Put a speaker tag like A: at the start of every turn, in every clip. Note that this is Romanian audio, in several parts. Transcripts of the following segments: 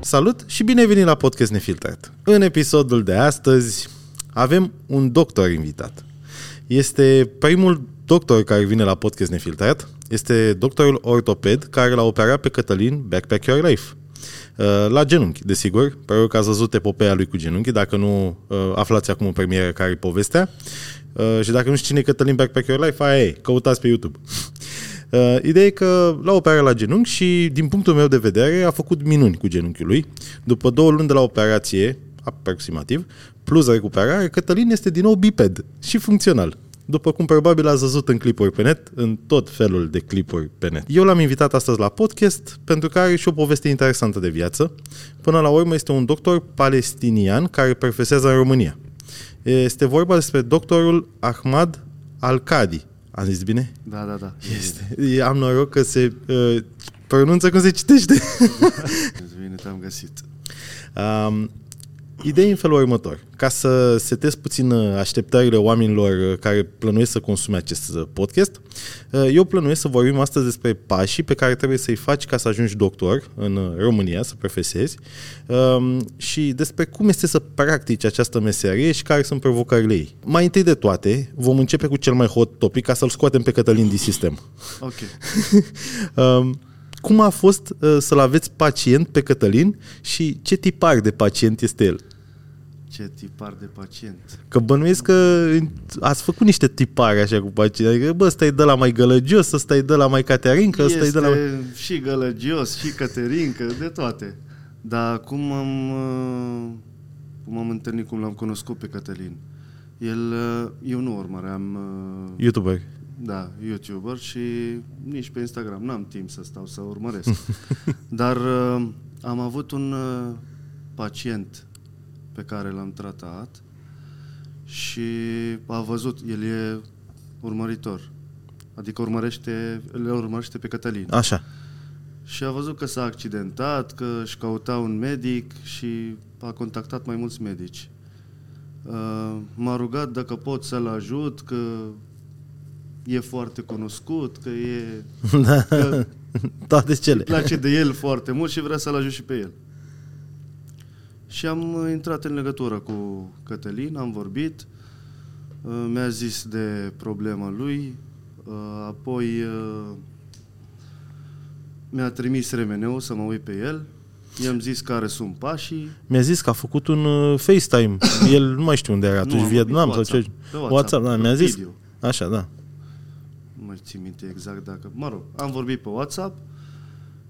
A: Salut și bine ai venit la Podcast Nefiltrat. În episodul de astăzi avem un doctor invitat. Este primul doctor care vine la Podcast Nefiltrat. Este doctorul ortoped care l-a operat pe Cătălin Backpack Your Life. Uh, La genunchi, desigur. Probabil că ați văzut epopeea lui cu genunchi. Dacă nu, uh, aflați acum în premieră care e povestea. Uh, Și dacă nu știi cine e Cătălin Backpack Your Life, aia e. Căutați pe YouTube. Uh, Ideea e că l-a operat la genunchi și, din punctul meu de vedere, a făcut minuni cu genunchiul lui. După două luni de la operație, aproximativ, plus recuperare, Cătălin este din nou biped și funcțional. După cum probabil ați văzut în clipuri pe net, în tot felul de clipuri pe net. Eu l-am invitat astăzi la podcast pentru că are și o poveste interesantă de viață. Până la urmă este un doctor palestinian care profesează în România. Este vorba despre doctorul Ahmad Al-Qadi. Am zis bine?
B: Da, da, da.
A: Este. E- Am noroc că se uh, pronunță cum se citește.
B: Îți Bine te-am găsit.
A: um, ideea e în felul următor. Ca să setez puțin uh, așteptările oamenilor uh, care plănuiesc să consume acest uh, podcast, uh, eu plănuiesc să vorbim astăzi despre pașii pe care trebuie să-i faci ca să ajungi doctor în uh, România, să profesezi, um, și despre cum este să practici această meserie și care sunt provocările ei. Mai întâi de toate, vom începe cu cel mai hot topic ca să-l scoatem pe Cătălin din sistem.
B: Ok.
A: Um, cum a fost uh, să-l aveți pacient pe Cătălin și ce tipar de pacient este el?
B: Ce tipar de pacient.
A: Că bănuiesc că ați fcut niște tipare așa cu pacient. Adică, bă, stai de la mai gălăgios, ăsta e de la mai caterincă, ăsta e de la mai...
B: și gălăgios, și căterincă, de toate. Dar cum am, uh, cum am întâlnit, cum l-am cunoscut pe Cătălin? El, uh, eu nu urmăream, uh,
A: YouTuber.
B: da, YouTuber și nici pe Instagram. N-am timp să stau să urmăresc. Dar uh, am avut un uh, pacient pe care l-am tratat și a văzut, el e urmăritor. Adică urmărește, le urmărește pe Cătălin.
A: Așa.
B: Și a văzut că s-a accidentat, că își căuta un medic și a contactat mai mulți medici. Uh, M-a rugat dacă pot să-l ajut, că e foarte cunoscut, că e
A: Da.
B: Că-
A: Toate cele.
B: îi place de el foarte mult și vrea să-l ajut și pe el. Și am uh, intrat în legătură cu Cătălin, am vorbit, uh, mi-a zis de problema lui, uh, apoi uh, mi-a trimis remeneu să mă uit pe el, i-am zis care sunt pașii,
A: Mi-a zis că a făcut un uh, FaceTime. El nu mai știu unde era
B: Nu,
A: atunci,
B: am
A: Vietnam sau
B: vorbit
A: ce.
B: WhatsApp. Pe
A: WhatsApp,
B: WhatsApp,
A: da,
B: pe
A: mi-a zis.
B: video.
A: Așa, da.
B: nu mai țin minte exact dacă, mă rog, am vorbit pe WhatsApp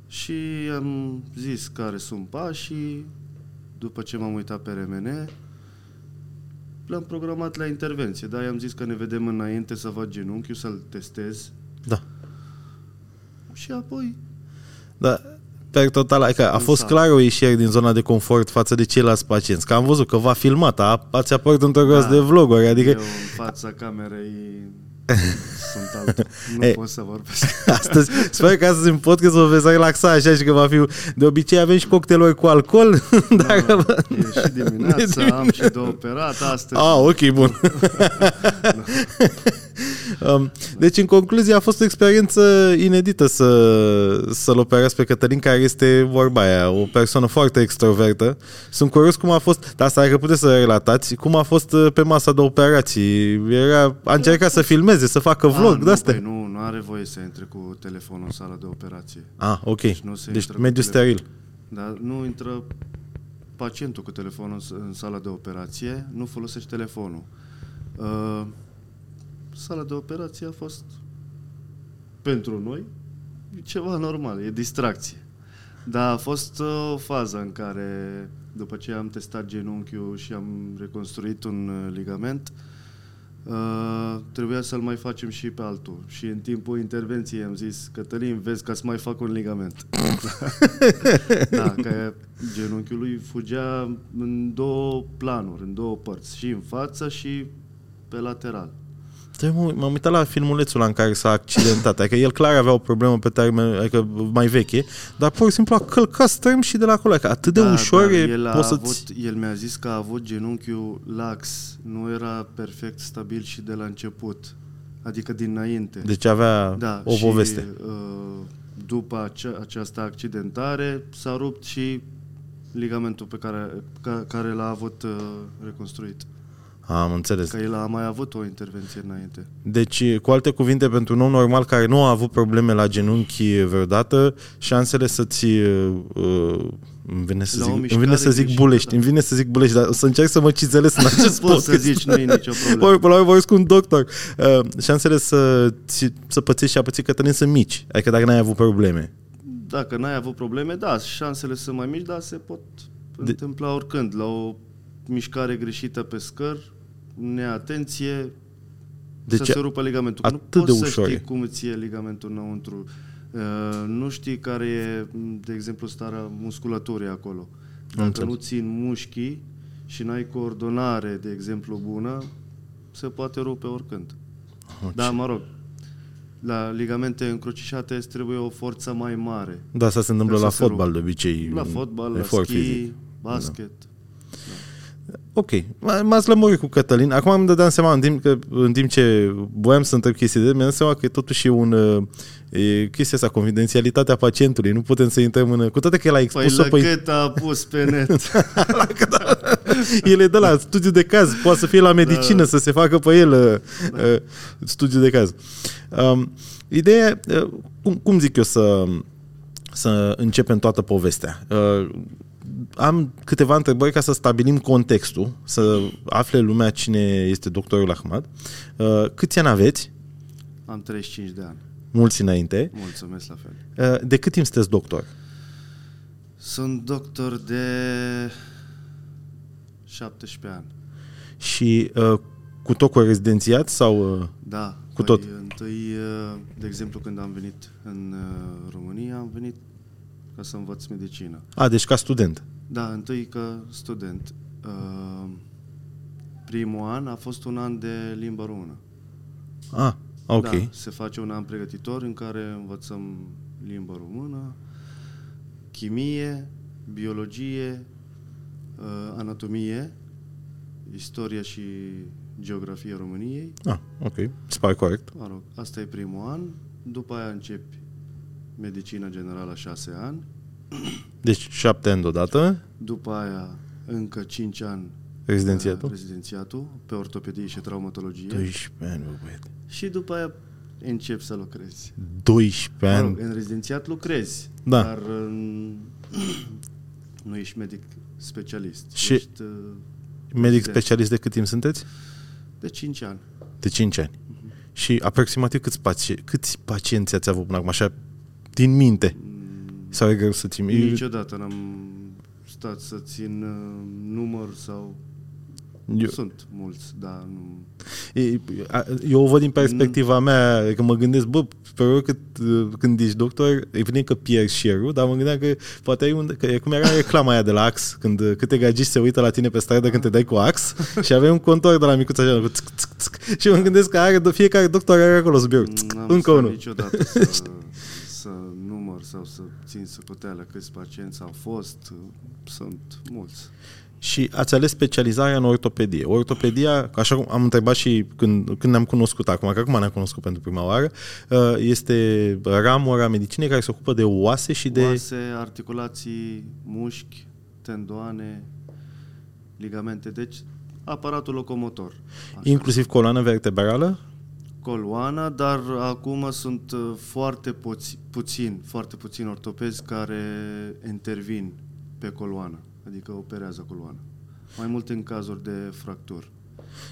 B: și am zis care sunt pașii, după ce m-am uitat pe RMN, l-am programat la intervenție, dar i-am zis că ne vedem înainte să fac genunchiul, să-l testez
A: Da.
B: și apoi,
A: Da, pe total, adică a
B: În
A: fost
B: sală.
A: clar o ieșire din zona de confort față de ceilalți pacienți. Că am văzut că va filmat, a, ați apărut într-o da.
B: Da.
A: de vloguri,
B: adică... eu
A: adică
B: în fața camerei sunt altul, nu
A: Ei.
B: pot să vorbesc.
A: astăzi, sper că astăzi în podcast vă veți relaxa așa și că va fi, de obicei avem și cocktailuri cu alcool, dar...
B: Da, e și dimineața, am și de operat
A: A,
B: astăzi.
A: Ah, ok, bun. Um, Deci, în concluzie, a fost o experiență inedită să, să-l operez pe Cătălin, care este vorba aia, o persoană foarte extrovertă. Sunt curios cum a fost, dar asta dacă puteți să relatați, cum a fost uh, pe masa de operații. Era, a încercat să filmeze, să facă
B: Ah,
A: vlog,
B: nu,
A: de asta.
B: păi nu, nu are voie să intre cu telefonul în sala de operație.
A: Ah, ok.
B: nu se
A: Deci
B: intră cu
A: mediu
B: telefon.
A: steril.
B: Dar nu intră pacientul cu telefonul în s- în sala de operație, nu folosește telefonul. Uh, sala de operație a fost pentru noi ceva normal, e distracție. Dar a fost uh, o fază în care, după ce am testat genunchiul și am reconstruit un uh, ligament, uh, trebuia să-l mai facem și pe altul. Și în timpul intervenției am zis, Cătălin, vezi că îți mai fac un ligament. Da, că genunchiul lui fugea în două planuri, în două părți, și în față și pe lateral.
A: Stai, mă, M-am uitat la filmulețul ăla în care s-a accidentat. Adică el clar avea o problemă pe termen, adică mai veche, dar pur și simplu a călcat strâm și de la acolo. Adică atât de
B: Da,
A: ușor
B: dar
A: e,
B: el, a
A: poți
B: avut,
A: să-ți...
B: el mi-a zis că a avut genunchiul lax, nu era perfect stabil și de la început, adică dinainte.
A: Deci avea
B: da,
A: o
B: și,
A: poveste.
B: uh, după ace- această accidentare s-a rupt și ligamentul pe care, ca, care l-a avut uh, reconstruit.
A: Am înțeles.
B: Că el a mai avut o intervenție înainte.
A: Deci, cu alte cuvinte, pentru un om normal care nu a avut probleme la genunchi vreodată, șansele să-ți... Uh, îmi vine să
B: La o
A: zic, îmi vine
B: mișcare
A: să zic
B: greșită,
A: bulești,
B: da.
A: îmi vine să zic bulești, dar o să încerc să mă cizelesc în acest
B: Poți să
A: podcast.
B: zici, nu e nicio
A: Ori,
B: problemă.
A: până la urmă vorbesc cu un doctor. Uh, șansele să, ți- să pățești și a păți Cătălin sunt mici, adică dacă n-ai avut probleme.
B: Dacă n-ai avut probleme, da, șansele sunt mai mici, dar se pot
A: De-
B: întâmpla oricând. La o mișcare greșită pe scări, neatenție,
A: Deci,
B: să se rupă ligamentul.
A: atât
B: nu poți
A: de ușor
B: să
A: e.
B: știi cum îți e ligamentul înăuntru. Uh, nu știi care e, m, de exemplu, starea musculaturii acolo. Dacă
A: Înțeles.
B: nu țin mușchii și n-ai coordonare, de exemplu, bună, se poate rupe oricând. Da, mă rog, la ligamente încrucișate îți trebuie o forță mai mare.
A: da, asta se întâmplă la
B: trebuie să se
A: fotbal de obicei.
B: La
A: un
B: fotbal, la
A: efort
B: schi,
A: fizic.
B: basket.
A: Da. Ok, M- m-ați lămurit cu Cătălin. Acum îmi dădeam seama, în timp, că, în timp ce voiam să întreb chestii de mi-am dat seama că totuși e un... uh, E chestia asta, confidențialitatea pacientului. Nu putem să intrăm în... Cu toate că el a
B: Păi
A: expus-o
B: la
A: pe...
B: cât a pus pe net.
A: El e de la studiu de caz, poate să fie la medicină, da. să se facă pe el uh, uh, studiu de caz. Um, ideea, e, uh, cum, cum zic eu să, să începem toată povestea? Uh, am câteva întrebări ca să stabilim contextul, să afle lumea cine este doctorul Ahmad. Uh, câți ani aveți?
B: Am 35 de ani.
A: Mulți înainte.
B: Mulțumesc la fel.
A: Uh, de cât timp sunteți doctor?
B: Sunt doctor de 17 ani.
A: Și uh, cu tot cu rezidențiat sau... Uh,
B: Da.
A: Cu
B: păi
A: tot.
B: Întâi, uh, de exemplu, când am venit în uh, România, am venit ca să învăț medicină.
A: a, deci ca student.
B: Da, întâi ca student. Uh, Primul an a fost un an de limba română.
A: Ah, ok.
B: Da, se face un an pregătitor în care învățăm limba română, chimie, biologie, uh, anatomie, istoria și geografie României.
A: Ah, ok. Se pare corect.
B: Mă rog, asta e primul an. După aia începi medicina generală 6 ani,
A: Deci șapte ani deodată,
B: după aia încă 5 ani
A: rezidențiatul.
B: uh, rezidențiatul pe ortopedie și traumatologie
A: 12 ani, bă, băiete.
B: și după aia începi să lucrezi.
A: 12
B: Mă rog,
A: ani.
B: în rezidențiat lucrezi,
A: Da.
B: dar în- nu ești medic specialist.
A: Și-
B: Ești uh,
A: Medic specialist de cât timp sunteți?
B: de 5 ani.
A: De 5 ani. Și aproximativ câți, paci- câți pacienți ați avut până acum, așa, din minte? Sau e greu să țin? E-
B: Niciodată n-am stat să țin uh, număr sau...
A: Eu,
B: Sunt mulți, dar nu...
A: e- a- eu o văd din perspectiva mea, că mă gândesc, bă, pe urmă cât, uh, când ești doctor, evident că pierzi șerul, dar mă gândeam că poate ai unde, că e cum era reclama aia de la Ax, când uh, câte gagici se uită la tine pe stradă când te dai cu Ax și aveai un contor de la micuț așa, cu țc, țc, țc, și mă gândesc că are, fiecare doctor are acolo sub birou, țc,
B: N-am
A: încă
B: stat
A: unul.
B: niciodată să, să număr sau să țin socoteală câți pacienți au fost. Sunt mulți.
A: Și ați ales specializarea în ortopedie. Ortopedia, așa cum am întrebat și când, când ne-am cunoscut acum, că acum ne-am cunoscut pentru prima oară, uh, este ramura medicinei care se ocupă de oase și de...
B: de... oase, articulații, mușchi, tendoane, ligamente, deci aparatul locomotor. Așa.
A: inclusiv coloană vertebrală.
B: Coloana, dar acum sunt uh, foarte poți, puțin, foarte puțin ortopezi care intervin pe coloană, adică operează coloana. Mai mult în cazuri de fracturi.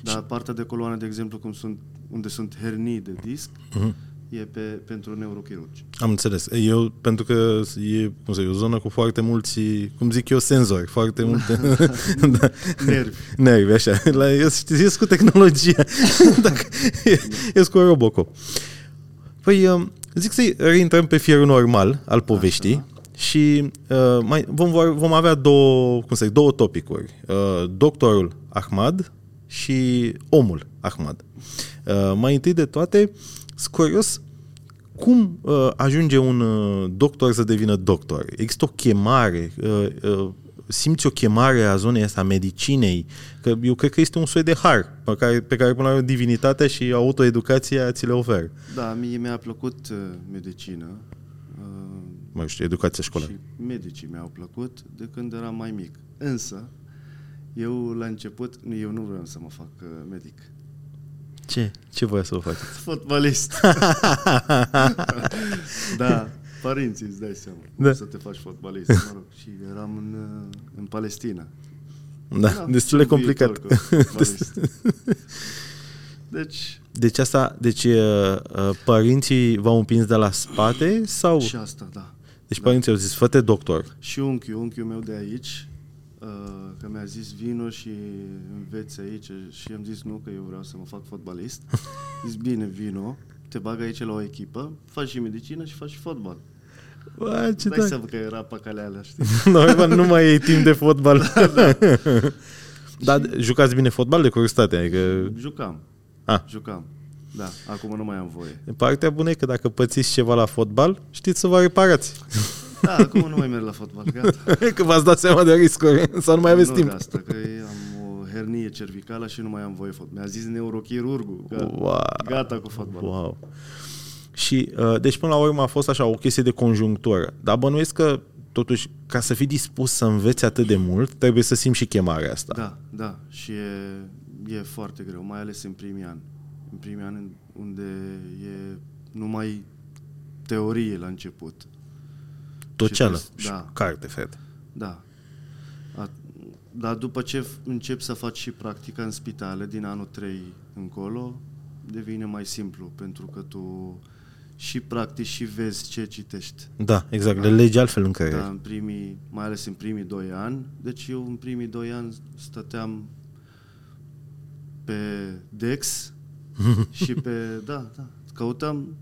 B: Dar partea de coloană, de exemplu, cum sunt, unde sunt hernii de disc, e pe, pentru neurochirurgi.
A: Am înțeles. Eu, pentru că e, cum să zic, o zonă cu foarte mulți, cum zic eu, senzori, foarte multe... da.
B: Nervi.
A: Nervi, așa. La, eu, știți, eu sunt cu tehnologia. Dacă, eu, eu sunt cu Robocop. Păi, um, zic să-i reintrăm pe firul normal al poveștii și uh, mai, vom, vor- vom avea două, cum să zic, două topicuri. Uh, doctorul Ahmad și omul Ahmad. Uh, mai întâi de toate, sunt curios cum uh, ajunge un uh, doctor să devină doctor? Există o chemare? Uh, uh, simți o chemare a zonei asta, a medicinei? Că eu cred că este un soi de har pe care, pe care până la urmă, divinitatea și autoeducația ți le oferă.
B: Da, mie mi-a plăcut uh, medicina. Uh,
A: mai știu, educația școlară.
B: Și medicii mi-au plăcut de când eram mai mic. Însă, eu la început, nu, eu nu vreau să mă fac uh, medic.
A: Ce? Ce voia să o faceți?
B: Fotbalist. da, părinții îți dai seama cum
A: Da.
B: să te faci fotbalist. Mă rog, și eram în, uh, în Palestina.
A: Da, destul de
B: ce în
A: complicat.
B: viitor cu fotbalist. deci,
A: Deci asta, deci uh, uh, părinții v-au împins de la spate sau...
B: și asta, da.
A: Deci părinții au zis, fă-te doctor.
B: Și unchiul, unchiul meu de aici, uh, că mi-a zis vino și înveți aici și am zis nu, că eu vreau să mă fac fotbalist. Zis bine, vino, te bag aici la o echipă, faci și medicină și faci și fotbal.
A: Bă, ce
B: Dai
A: tare.
B: seama că era păcalea alea, știi?
A: Noi bă, nu mai e timp de fotbal.
B: Da.
A: Dar jucați bine fotbal de curiozitate, adică
B: Jucam,
A: Ah.
B: jucam. Da, acum nu mai am voie.
A: partea bună e că dacă pățiți ceva la fotbal, știți să vă reparați.
B: Da, acum nu mai merg la fotbal, gata.
A: că v-ați dat seama de riscuri sau nu mai aveți
B: nu
A: timp.
B: de asta, că am o hernie cervicală și nu mai am voie fotbal. Mi-a zis neurochirurgul că
A: Wow.
B: gata cu fotbal.
A: Wow. Și, uh, deci, până la urmă a fost așa o chestie de conjunctură. Dar bănuiesc că, totuși, ca să fii dispus să înveți atât de mult, trebuie să simți și chemarea asta.
B: Da, da, și e, e foarte greu, mai ales în primii ani. În primii ani în- unde e numai teorie la început.
A: Tot
B: Și
A: cealaltă.
B: trebuie
A: Și
B: să- da.
A: carte, frate.
B: Da. A, dar după ce f- încep să faci și practica în spitale, din anul 3 încolo, devine mai simplu, pentru că tu și practici și vezi ce citești.
A: Da, exact. Le legi altfel în creier.
B: Da, în primii, mai ales în primii doi ani. Deci eu în primii doi ani stăteam pe Dex și pe, da, da, căutam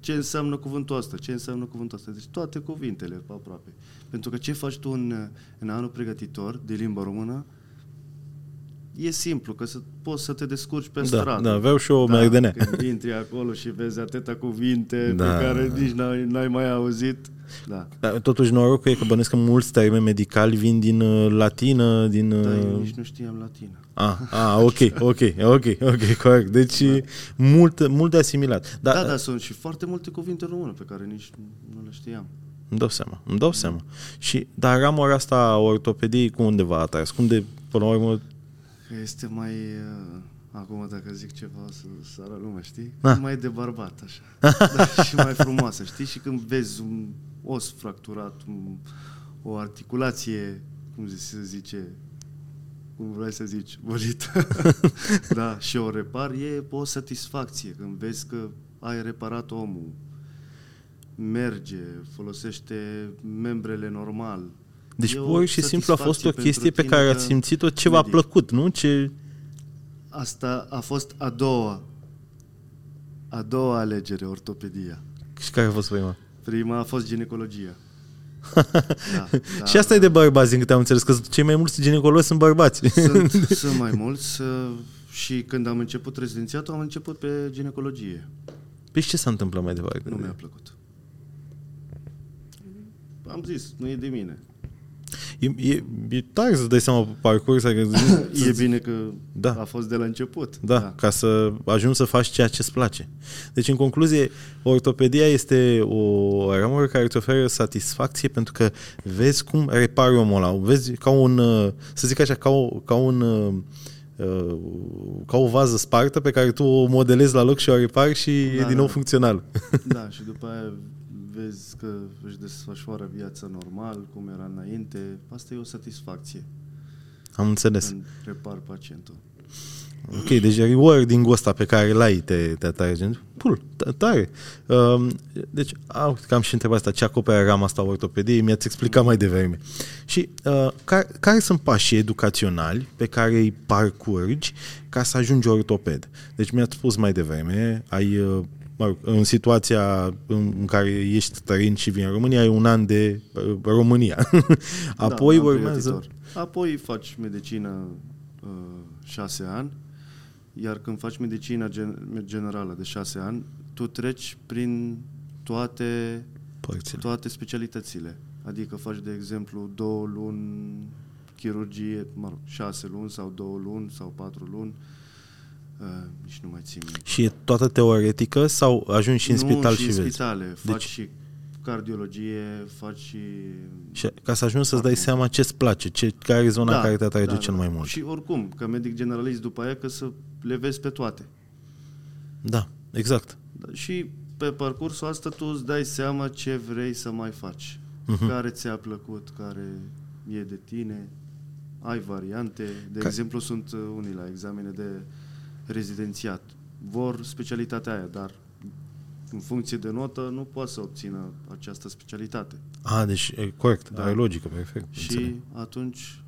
B: ce înseamnă cuvântul ăsta, ce înseamnă cuvântul ăsta. Deci toate cuvintele aproape. Pentru că ce faci tu în, în anul pregătitor de limba română, e simplu, că să, poți să te descurci pe
A: Da,
B: stradă.
A: da, vreau și eu merdenea.
B: Când intri acolo și vezi atâtea cuvinte da.
A: Da.
B: pe care nici n-ai, n-ai mai auzit. Da.
A: Dar totuși norocul e că bănesc că mulți termeni medicali vin din uh, latină, din... uh,
B: Dar Da, eu nici nu știam latină.
A: Ah, ah, ok, ok, ok, ok, corect. Deci mult, mult de asimilat.
B: Da,
A: Dar,
B: da, dar sunt și foarte multe cuvinte române pe care nici nu le știam.
A: Îmi dau seama, îmi dau seama. Și, dar ramura asta a ortopediei cu unde v-a atras? Cum de, până la urmă,
B: Că este mai... uh, Acum dacă zic ceva o să sară lumea, știi?
A: Da.
B: Da. Mai de barbat, așa. Dar și mai frumoasă, știi? Și când vezi un os fracturat, un, o articulație, cum zi- se zice, cum vrei să zici, bolit. da, și o repar, e o satisfacție când vezi că ai reparat omul. Merge, folosește membrele normal.
A: deci
B: E o
A: pur și simplu a fost o
B: satisfacție
A: chestie pe
B: pentru tine
A: care
B: că
A: ați simțit-o ce v-a
B: medic.
A: plăcut, nu? Ce...
B: Asta a fost a doua. A doua alegere, ortopedia.
A: Și care a fost prima?
B: Prima a fost ginecologia. Da, da.
A: și asta e de bărbați, din câte am înțeles, că cei mai mulți ginecologi sunt bărbați.
B: Sunt, sunt mai mulți uh, și când am început rezidențiatul, am început pe ginecologie.
A: Păi și ce s-a întâmplat mai departe?
B: Nu mi-a plăcut. Mm-hmm. Am zis, nu e de mine.
A: E, e, e tare să dai seama pe parcurs, adică,
B: E bine că
A: Da.
B: da. a fost de la început.
A: da, da, ca să ajungi să faci ceea ce îți place. Deci, în concluzie, ortopedia este o ramură care îți oferă satisfacție pentru că vezi cum repari omul ăla, vezi ca un, uh, să zic așa, ca, o, ca un uh, uh, ca o vază spartă pe care tu o modelezi la loc și o repari și da, e
B: Da,
A: din
B: da,
A: nou
B: da.
A: funcțional.
B: Da, și după aia vezi că își desfășoară viața normal, cum era înainte. Asta e o satisfacție.
A: Am înțeles.
B: Când repar pacientul.
A: Ok, deci rewarding-ul ăsta pe care îl ai te, te atrage. Gen, Cool, t- tare. Um, deci, au, că am și întrebat asta, ce acoperă rama asta a ortopediei, mi-ați explicat mai devreme. Și uh, care, care sunt pașii educaționali pe care îi parcurgi ca să ajungi ortoped? Deci mi-ați spus mai devreme, ai, uh, mă rog, în situația în, în care ești tărin și vii în România, ai un an de uh, România. Apoi
B: Da, am
A: urmează...
B: pregătitor. Apoi faci medicină uh, șase ani, iar când faci medicina gen- generală de șase ani, tu treci prin toate,
A: Părțile.
B: toate specialitățile. Adică faci, de exemplu, două luni chirurgie, mă rog, șase luni sau două luni sau patru luni, uh, nici nu mai țin minte.
A: Și e toată teoretică sau ajungi și în
B: nu,
A: spital
B: și
A: și,
B: în
A: vezi?
B: spitale. Faci
A: Deci-
B: și cardiologie, faci și
A: Și ca să ajungi să-ți
B: Da.
A: dai seama ce-ți place, ce, care e zona da, care te atrage da, cel mai mult.
B: Și oricum, ca medic generalist după aia, că să le vezi pe toate.
A: Da, exact.
B: Da, și pe parcursul asta tu îți dai seama ce vrei să mai faci.
A: Mhm.
B: Uh-huh. Care ți-a plăcut, care e de tine, ai variante. De
A: Ca-
B: Ca... exemplu, sunt uh, unii la examene de rezidențiat. Vor specialitatea aia, dar în funcție de notă nu poate să obțină această specialitate.
A: A, deci, e, corect, da. are logică, perfect.
B: Și atunci,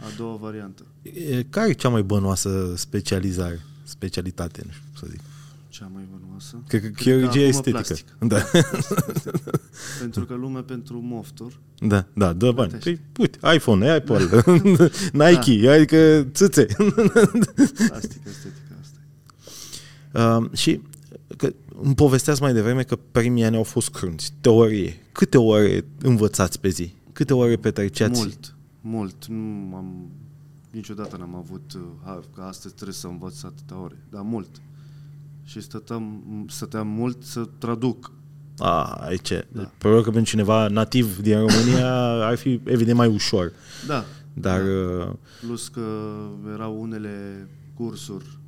B: a doua variantă.
A: înțeleg. E, Care e cea mai bănoasă specializare? Specialitate, nu știu cum să zic.
B: Cea mai vânoasă.
A: Cred că
B: că
A: chirurgia
B: acum
A: estetică.
B: plastic.
A: Da,
B: Pentru că lumea pentru mofturi
A: da, da, dă bani. Păi,
B: Plătește.
A: uite, iPhone, ai Apple, Nike,
B: Da.
A: adică țâțe.
B: Plastică estetică asta. e.
A: Uh, și că îmi povesteați mai devreme că primii ani au fost crunți. Teorie. Câte ore învățați pe zi? Câte ore petreceați?
B: Mult, mult. Nu am, niciodată n-am avut, uh, ha, că astăzi trebuie să învăț atâtea ore, dar mult. Și stăteam, stăteam mult să traduc.
A: A, aici. Da.
B: Da.
A: Probabil că pentru cineva nativ din România ar fi evident mai ușor.
B: Da,
A: Dar uh,
B: plus că erau unele cursuri.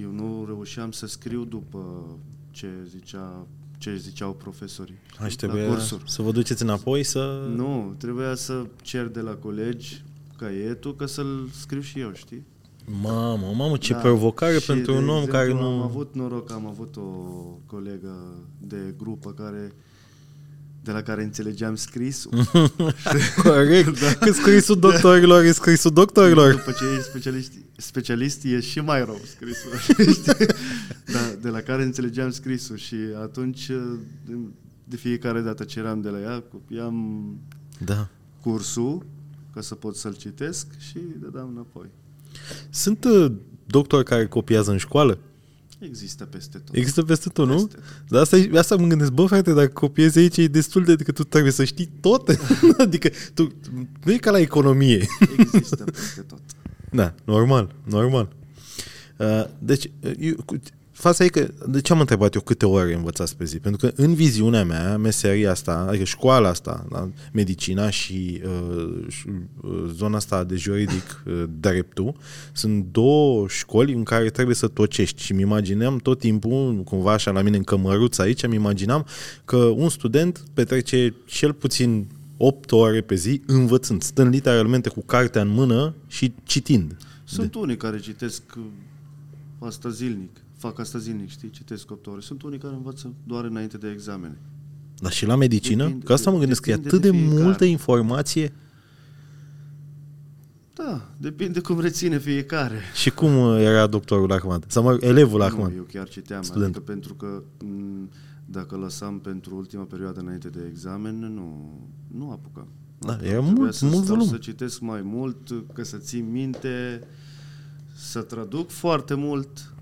B: Eu nu reușeam să scriu după ce zicea ce ziceau profesorii.
A: aș
B: la
A: trebui
B: cursuri.
A: să vă duceți înapoi să...
B: Nu, trebuia să cer de la colegi caietul ca să-l scriu și eu, știi?
A: Mamă, mamă, ce da.
B: Da.
A: provocare
B: Și,
A: pentru
B: de
A: un om
B: exemplu,
A: care nu...
B: Am avut noroc, am avut o colegă de grupă care de la care înțelegeam scrisul.
A: Corect. da. Că scrisul doctorilor e scrisul doctorilor.
B: După ce ești specialist, specialist e și mai rău scrisul. știi? da, de la care înțelegeam scrisul și atunci de fiecare dată ce eram de la ea, copiam
A: Da.
B: cursul ca să pot să-l citesc și dădeam înapoi.
A: Sunt uh, doctori care copiază în școală?
B: Există peste tot.
A: Există peste tot, nu?
B: Peste
A: Dar asta, e- asta mă gândesc, bă, frate, dacă copiezi aici e destul de... Adică tu trebuie să știi tot. adică tu... Nu e ca la economie.
B: Există peste tot.
A: Da, normal, normal. Uh, Deci, uh, eu, cu- fața e că, de ce am întrebat eu câte ore învățați pe zi? Pentru că în viziunea mea, meseria asta, adică școala asta, da, medicina și uh, și, uh, zona asta de juridic, uh, dreptul, sunt două școli în care trebuie să tocești și îmi imaginam tot timpul, cumva așa la mine în cămăruț aici, îmi imaginam că un student petrece cel puțin 8 ore pe zi învățând, stând literalmente cu cartea în mână și citind.
B: Sunt unii care citesc uh, asta zilnic, fac asta zilnic, știi, citesc 8 ore. Sunt unii care învață doar înainte de examene.
A: Dar și la medicină?
B: Depinde-
A: că asta mă gândesc că e
B: depinde
A: atât de,
B: de fiecare.
A: multă informație
B: Da, depinde cum reține fiecare.
A: și cum uh, era doctorul Ahmad? Sau mă, elevul
B: Nu,
A: Ahmad?
B: eu chiar citeam,
A: Student.
B: Student. adică pentru că m, dacă lăsam pentru ultima perioadă înainte de examen, nu, nu apucam.
A: Da, era
B: Trebuia
A: mult,
B: să
A: mult
B: stau
A: volum.
B: Să citesc mai mult, că să țin minte, să traduc foarte mult.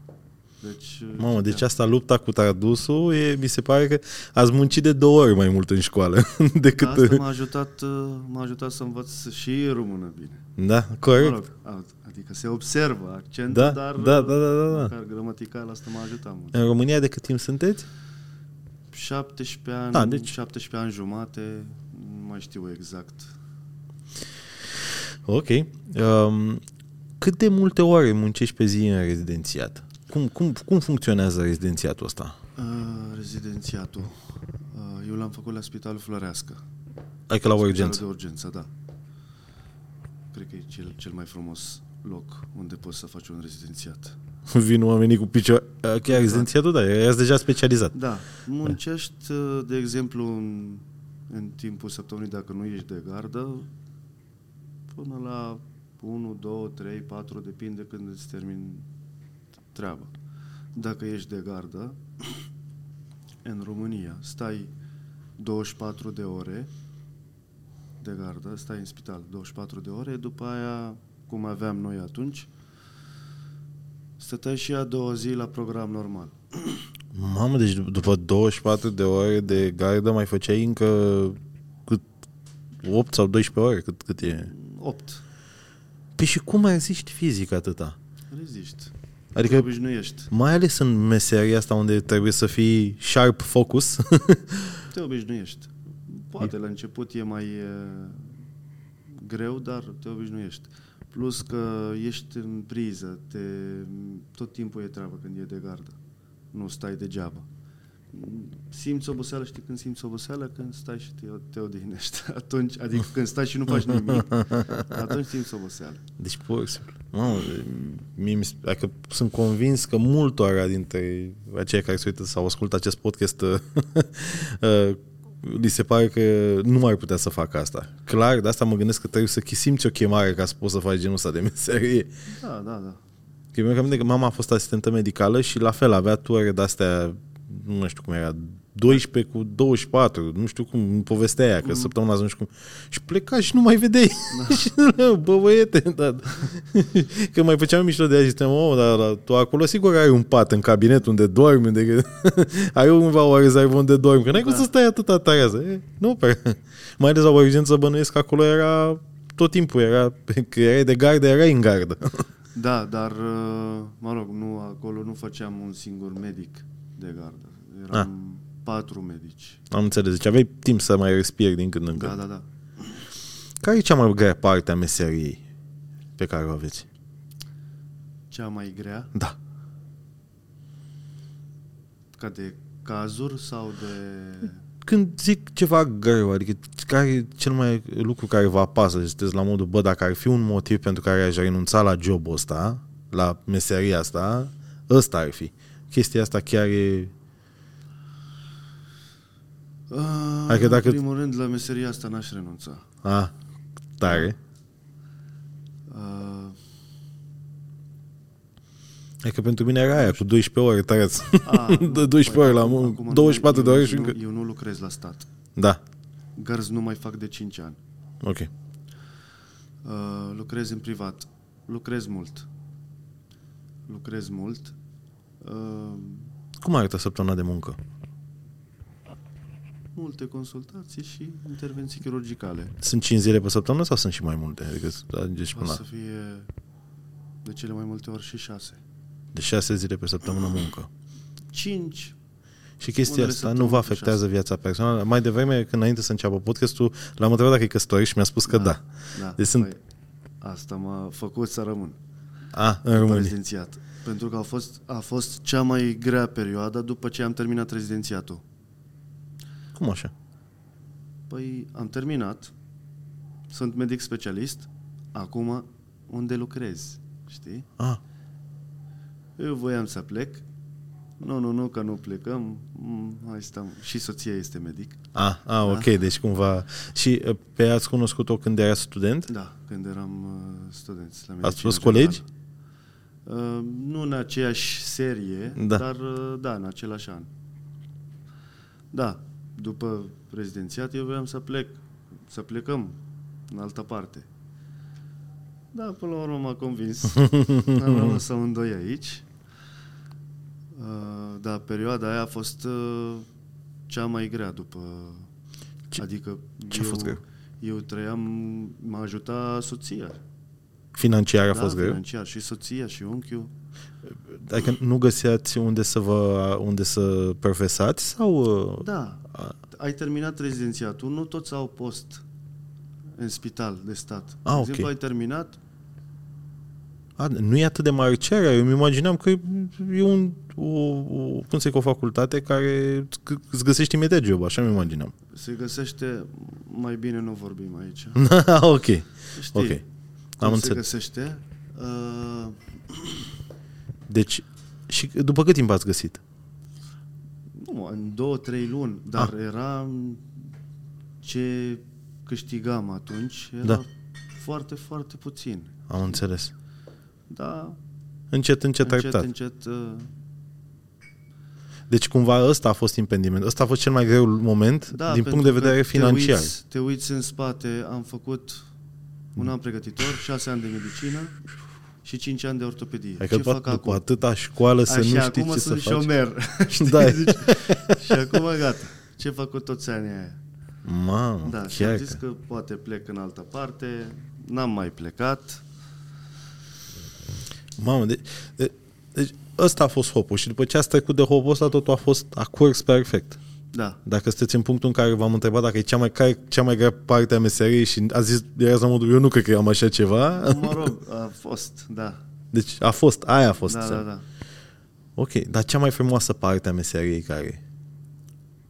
B: Deci,
A: Mamă,
B: citeam.
A: deci asta lupta cu tradusul, e, mi se pare că ați muncit de două ori mai mult în școală decât...
B: Dar Da, Asta m-a ajutat, uh, m-a ajutat să învăț și română bine.
A: Da, corect.
B: Mă rog, a- adică se observă accent,
A: Da,
B: dar
A: da, da, da, da, da.
B: măcar gramatical asta m-a ajutat mult.
A: În România de cât timp sunteți?
B: 17 ani,
A: Da,
B: da,
A: deci-
B: deci... 17 ani jumate, nu mai știu exact.
A: Ok. Um, cât de multe ore muncești pe zi în rezidențiat? Cum, cum, cum funcționează rezidențiatul ăsta?
B: Uh, rezidențiatul. Uh, eu l-am făcut la Spitalul Florească.
A: Adică la o
B: Spitalul
A: urgență.
B: de urgență, da. Cred că e cel, cel mai frumos loc unde poți să faci un rezidențiat.
A: Vin oamenii cu picioare. Chiar rezidențiatul, da, ești deja specializat.
B: Da, muncești, uh, de exemplu, în, în timpul săptămânii, dacă nu ești de gardă, până la 1, 2, 3, 4, depinde când îți termin treaba. Dacă ești de gardă, în România, stai 24 de ore de gardă, stai în spital 24 de ore, după aia, cum aveam noi atunci, stăteai și a doua zi la program normal.
A: Mamă, deci dup- după 24 de ore de gardă mai făceai încă cât 8 sau 12 ore, cât, cât e.
B: 8.
A: Păi și cum mai reziști fizic atâta?
B: Rezist.
A: Adică
B: Te obișnuiești.
A: Mai ales în meseria asta unde trebuie să fii sharp focus.
B: Te obișnuiești. Poate la început e mai e, greu, dar te obișnuiești. Plus că ești în priză, te, tot timpul e treabă când e de gardă. Nu stai degeaba. Simți oboseală, știi când simți oboseală? Când stai și te, te odihnești. Atunci, adică când stai și nu faci nimic, atunci simți oboseală.
A: deci, pur și simplu. Mamă, mie, mi se- adică sunt convins că multora dintre aceia care se uită sau ascultă acest podcast uh, uh, li se pare că nu mai putea să facă asta. Clar, de asta mă gândesc că trebuie să simți o chemare ca să poți să faci genul ăsta de meserie.
B: Da, da, da.
A: Că mi-am aminte că mama a fost asistentă medicală și la fel avea ture de-astea, nu mai știu cum era, 12 cu 24, nu știu cum, îmi povestea aia, că săptămâna asta nu știu cum. Și pleca și nu mai vedeai. Și, Bă, băiete, da. Că mai făceam mișto de aia și ziceam, oh, dar la, tu acolo sigur ai un pat în cabinet unde dormi, unde... că- ai undeva o rezervă unde dormi, că n-ai cum
B: Da.
A: să stai atâta tarează. E, nu, pe... mai ales la o urgență bănuiesc că acolo era tot timpul, era, că erai de gardă, erai în gardă.
B: Da, dar, uh, mă rog, nu, acolo nu făceam un singur medic de gardă.
A: Ah.
B: Eram patru medici.
A: Am înțeles, deci aveai timp să mai respiri din când în când.
B: Da,
A: Da.
B: da, da.
A: Care e cea mai grea parte a meseriei pe care o aveți?
B: Cea mai grea,
A: Da.
B: ca de cazuri sau de...
A: Când zic ceva greu, adică care e cel mai lucru care vă apasă, și sunteți la modul, bă, dacă ar fi un motiv pentru care aș renunța la jobul ăsta, la meseria asta, ăsta ar fi. Chestia asta chiar e...
B: Uh,
A: Adică dacă-
B: În primul rând, la meseria asta n-aș renunța.
A: A, tare.
B: Uh,
A: Adică pentru mine era aia cu 12 ore tăreț.
B: a, nu,
A: de 12 ore la
B: acum
A: muncă,
B: nu,
A: 24 de
B: eu
A: ore și
B: nu-
A: încă...
B: Eu nu lucrez la stat.
A: Da,
B: Gărzi nu mai fac de 5 ani.
A: ok.
B: Uh, lucrez în privat. Lucrez mult. Lucrez mult. Uh,
A: Cum arată săptămâna de muncă?
B: multe consultații și intervenții chirurgicale.
A: Sunt 5 zile pe săptămână sau sunt și mai multe? Adică să ajungeți
B: O
A: până
B: să
A: la...
B: fie de cele mai multe ori și șase.
A: De 6 zile pe săptămână muncă.
B: Cinci.
A: Și chestia
B: Unele
A: asta nu
B: săptămâni
A: vă
B: pe
A: afectează viața personală. Mai devreme, când înainte să înceapă podcastul, l-am întrebat dacă e căsătorit și mi-a spus că da. da.
B: Da,
A: Deci sunt-
B: păi, asta m-a făcut să rămân
A: A, în România.
B: rezidențiat. Pentru că a fost, a fost cea mai grea perioadă după ce am terminat rezidențiatul.
A: Cum așa?
B: Păi am terminat, sunt medic specialist, acum unde lucrez, știi?
A: A,
B: Eu voiam să plec, nu, nu, nu, că nu plecăm, Mm, hai stăm. Și soția este medic.
A: a,
B: Da.
A: a ok, deci cumva... Și uh, pe ați cunoscut-o când era student?
B: Da, când eram uh, studenți la medicină.
A: Ați fost
B: generală.
A: colegi?
B: Uh, nu în aceeași serie,
A: Da.
B: da. dar uh, da, în același an. Da, după rezidențiat eu voiam să plec, să plecăm în altă parte. Da, până la urmă m-a convins. Am rămas amândoi aici. Uh, Da, perioada aia a fost uh, cea mai grea după...
A: Ce-
B: adică
A: ce a
B: eu,
A: fost greu?
B: eu trăiam, m-a ajutat soția.
A: Financiar a
B: da,
A: fost greu?
B: financiar, Și soția și unchiul.
A: Adică nu găseați unde să vă... unde să profesați sau... uh,
B: Da. Ai terminat rezidențiatul, nu toți au post în spital de stat.
A: Ah, ok.
B: de exemplu, ai terminat,
A: A, nu e atât de mare cererea. Eu îmi imagineam că e un, o, o, cum să zic, o facultate care îți- îți găsești imediat job, așa mi imagineam.
B: se găsește, mai bine nu vorbim aici.
A: Ah, ok,
B: Știi,
A: Mm, ok. Am
B: cum se
A: înțeles.
B: găsește? Uh,
A: Deci, și după cât timp ați găsit?
B: nu, în două, trei luni,
A: Ah.
B: dar era ce câștigam atunci, era
A: Da.
B: foarte, foarte puțin.
A: Am înțeles.
B: Da,
A: Încet, încet,
B: încet,
A: treptat.
B: încet, uh,
A: Deci cumva ăsta a fost impediment. Ăsta a fost cel mai greu moment
B: Da,
A: din
B: pentru
A: punct de
B: că
A: vedere financiar.
B: Te uiți, te uiți în spate, am făcut un an pregătitor, șase ani de medicină și cinci ani de ortopedie.
A: Adică
B: ce
A: după,
B: fac
A: după
B: acum?
A: atâta școală să
B: Așa,
A: nu știi
B: acum
A: ce să
B: sunt
A: faci.
B: șomer. Știi?
A: Da.
B: Zici, și acum gata. Ce fac cu toți anii aia?
A: Mamă,
B: Da, și am
A: chiar
B: zis
A: că...
B: că poate plec în altă parte, n-am mai plecat.
A: Mamă, de, de, Deci ăsta a fost hopul și după ce ați trecut de hopul ăsta, totul a fost a curs perfect.
B: Da.
A: Dacă sunteți în punctul în care v-am întrebat dacă e cea mai, care, e cea mai grea parte a meseriei și a zis, era la modul, eu nu cred că am așa ceva.
B: Mă rog, a fost, da.
A: Deci a fost, aia a fost.
B: Da, da,
A: înseamnă.
B: da.
A: Ok, dar cea mai frumoasă parte a meseriei care e?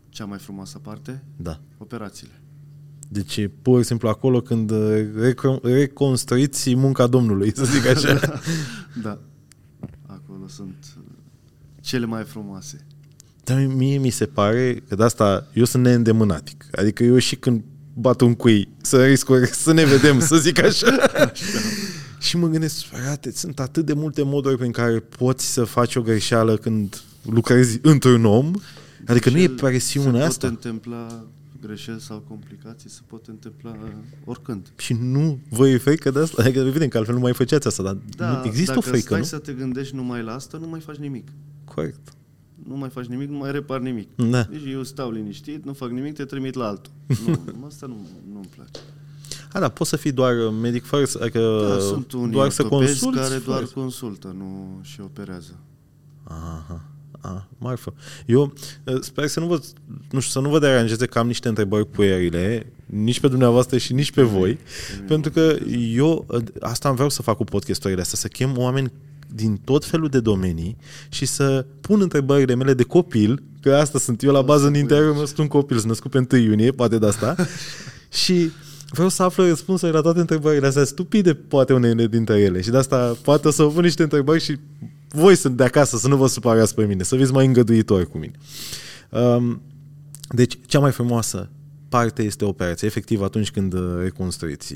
B: Cea mai frumoasă parte?
A: Da.
B: Operațiile.
A: Deci e pur și simplu acolo când uh, recon- reconstruiți munca Domnului, să zic așa.
B: Da. Acolo sunt uh, cele mai frumoase.
A: Dar mie mi se pare că de asta eu sunt neîndemânatic. Adică eu și când bat un cui să risc să ne vedem, să zic așa.
B: Da.
A: și mă gândesc, frate, sunt atât de multe moduri prin care poți să faci o greșeală când lucrezi într-un om. Adică nu e
B: Cel-
A: presiunea
B: Se pot
A: asta.
B: întâmpla greșeli sau complicații, se pot întâmpla uh, oricând.
A: Și nu vă e frică de asta? Adică evident că altfel nu mai făceați asta, dar
B: Da,
A: nu există o
B: dacă
A: frică,
B: stai
A: nu?
B: să te gândești numai la asta, nu mai faci nimic.
A: Corect.
B: Nu mai faci nimic, nu mai repar nimic.
A: Da.
B: Deci eu stau liniștit, nu fac nimic, te trimit la altul. Nu, asta nu, nu-mi place.
A: A, da, poți să fii doar medic fără să... Adică
B: Da, sunt unii
A: doar să
B: ortopezi
A: consulți
B: care
A: fără
B: doar
A: să-
B: consultă, nu și operează.
A: Aha. A, marfă. Eu eh, sper să nu vă, nu știu, să nu vă deranjeze că am niște întrebări puierile, nici pe dumneavoastră și nici pe voi, pentru că eu eh, asta am vreau să fac cu podcasturile astea, să chem oameni din tot felul de domenii și să pun întrebările mele de copil, că asta sunt eu la bază în interiorul meu, sunt un copil, sunt născut pe 1 iunie, poate de asta, și vreau să aflu răspunsuri la toate întrebările astea stupide, poate unele dintre ele. Și de asta poate o să vă pun niște întrebări și voi sunt de acasă, să nu vă supărați pe mine, să fiți mai îngăduitori cu mine. Um, deci, cea mai frumoasă parte este operația, efectiv atunci când uh, reconstruiți.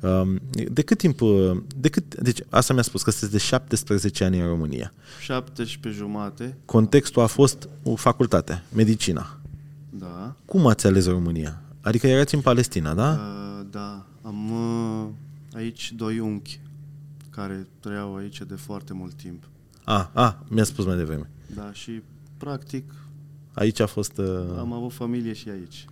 A: Um, de cât timp, uh, de cât, deci asta mi-a spus că sunteți de 17 ani în România.
B: 17 jumate,
A: Contextul a fost o facultate, medicina.
B: da.
A: Cum ați ales România? Adică erați în Palestina, da?
B: Uh, da, am uh, aici doi unchi care trăiau aici de foarte mult timp.
A: A, a, Ah, mi-a spus mai devreme.
B: Da, și practic
A: Aici a fost... uh,
B: am avut familie și aici.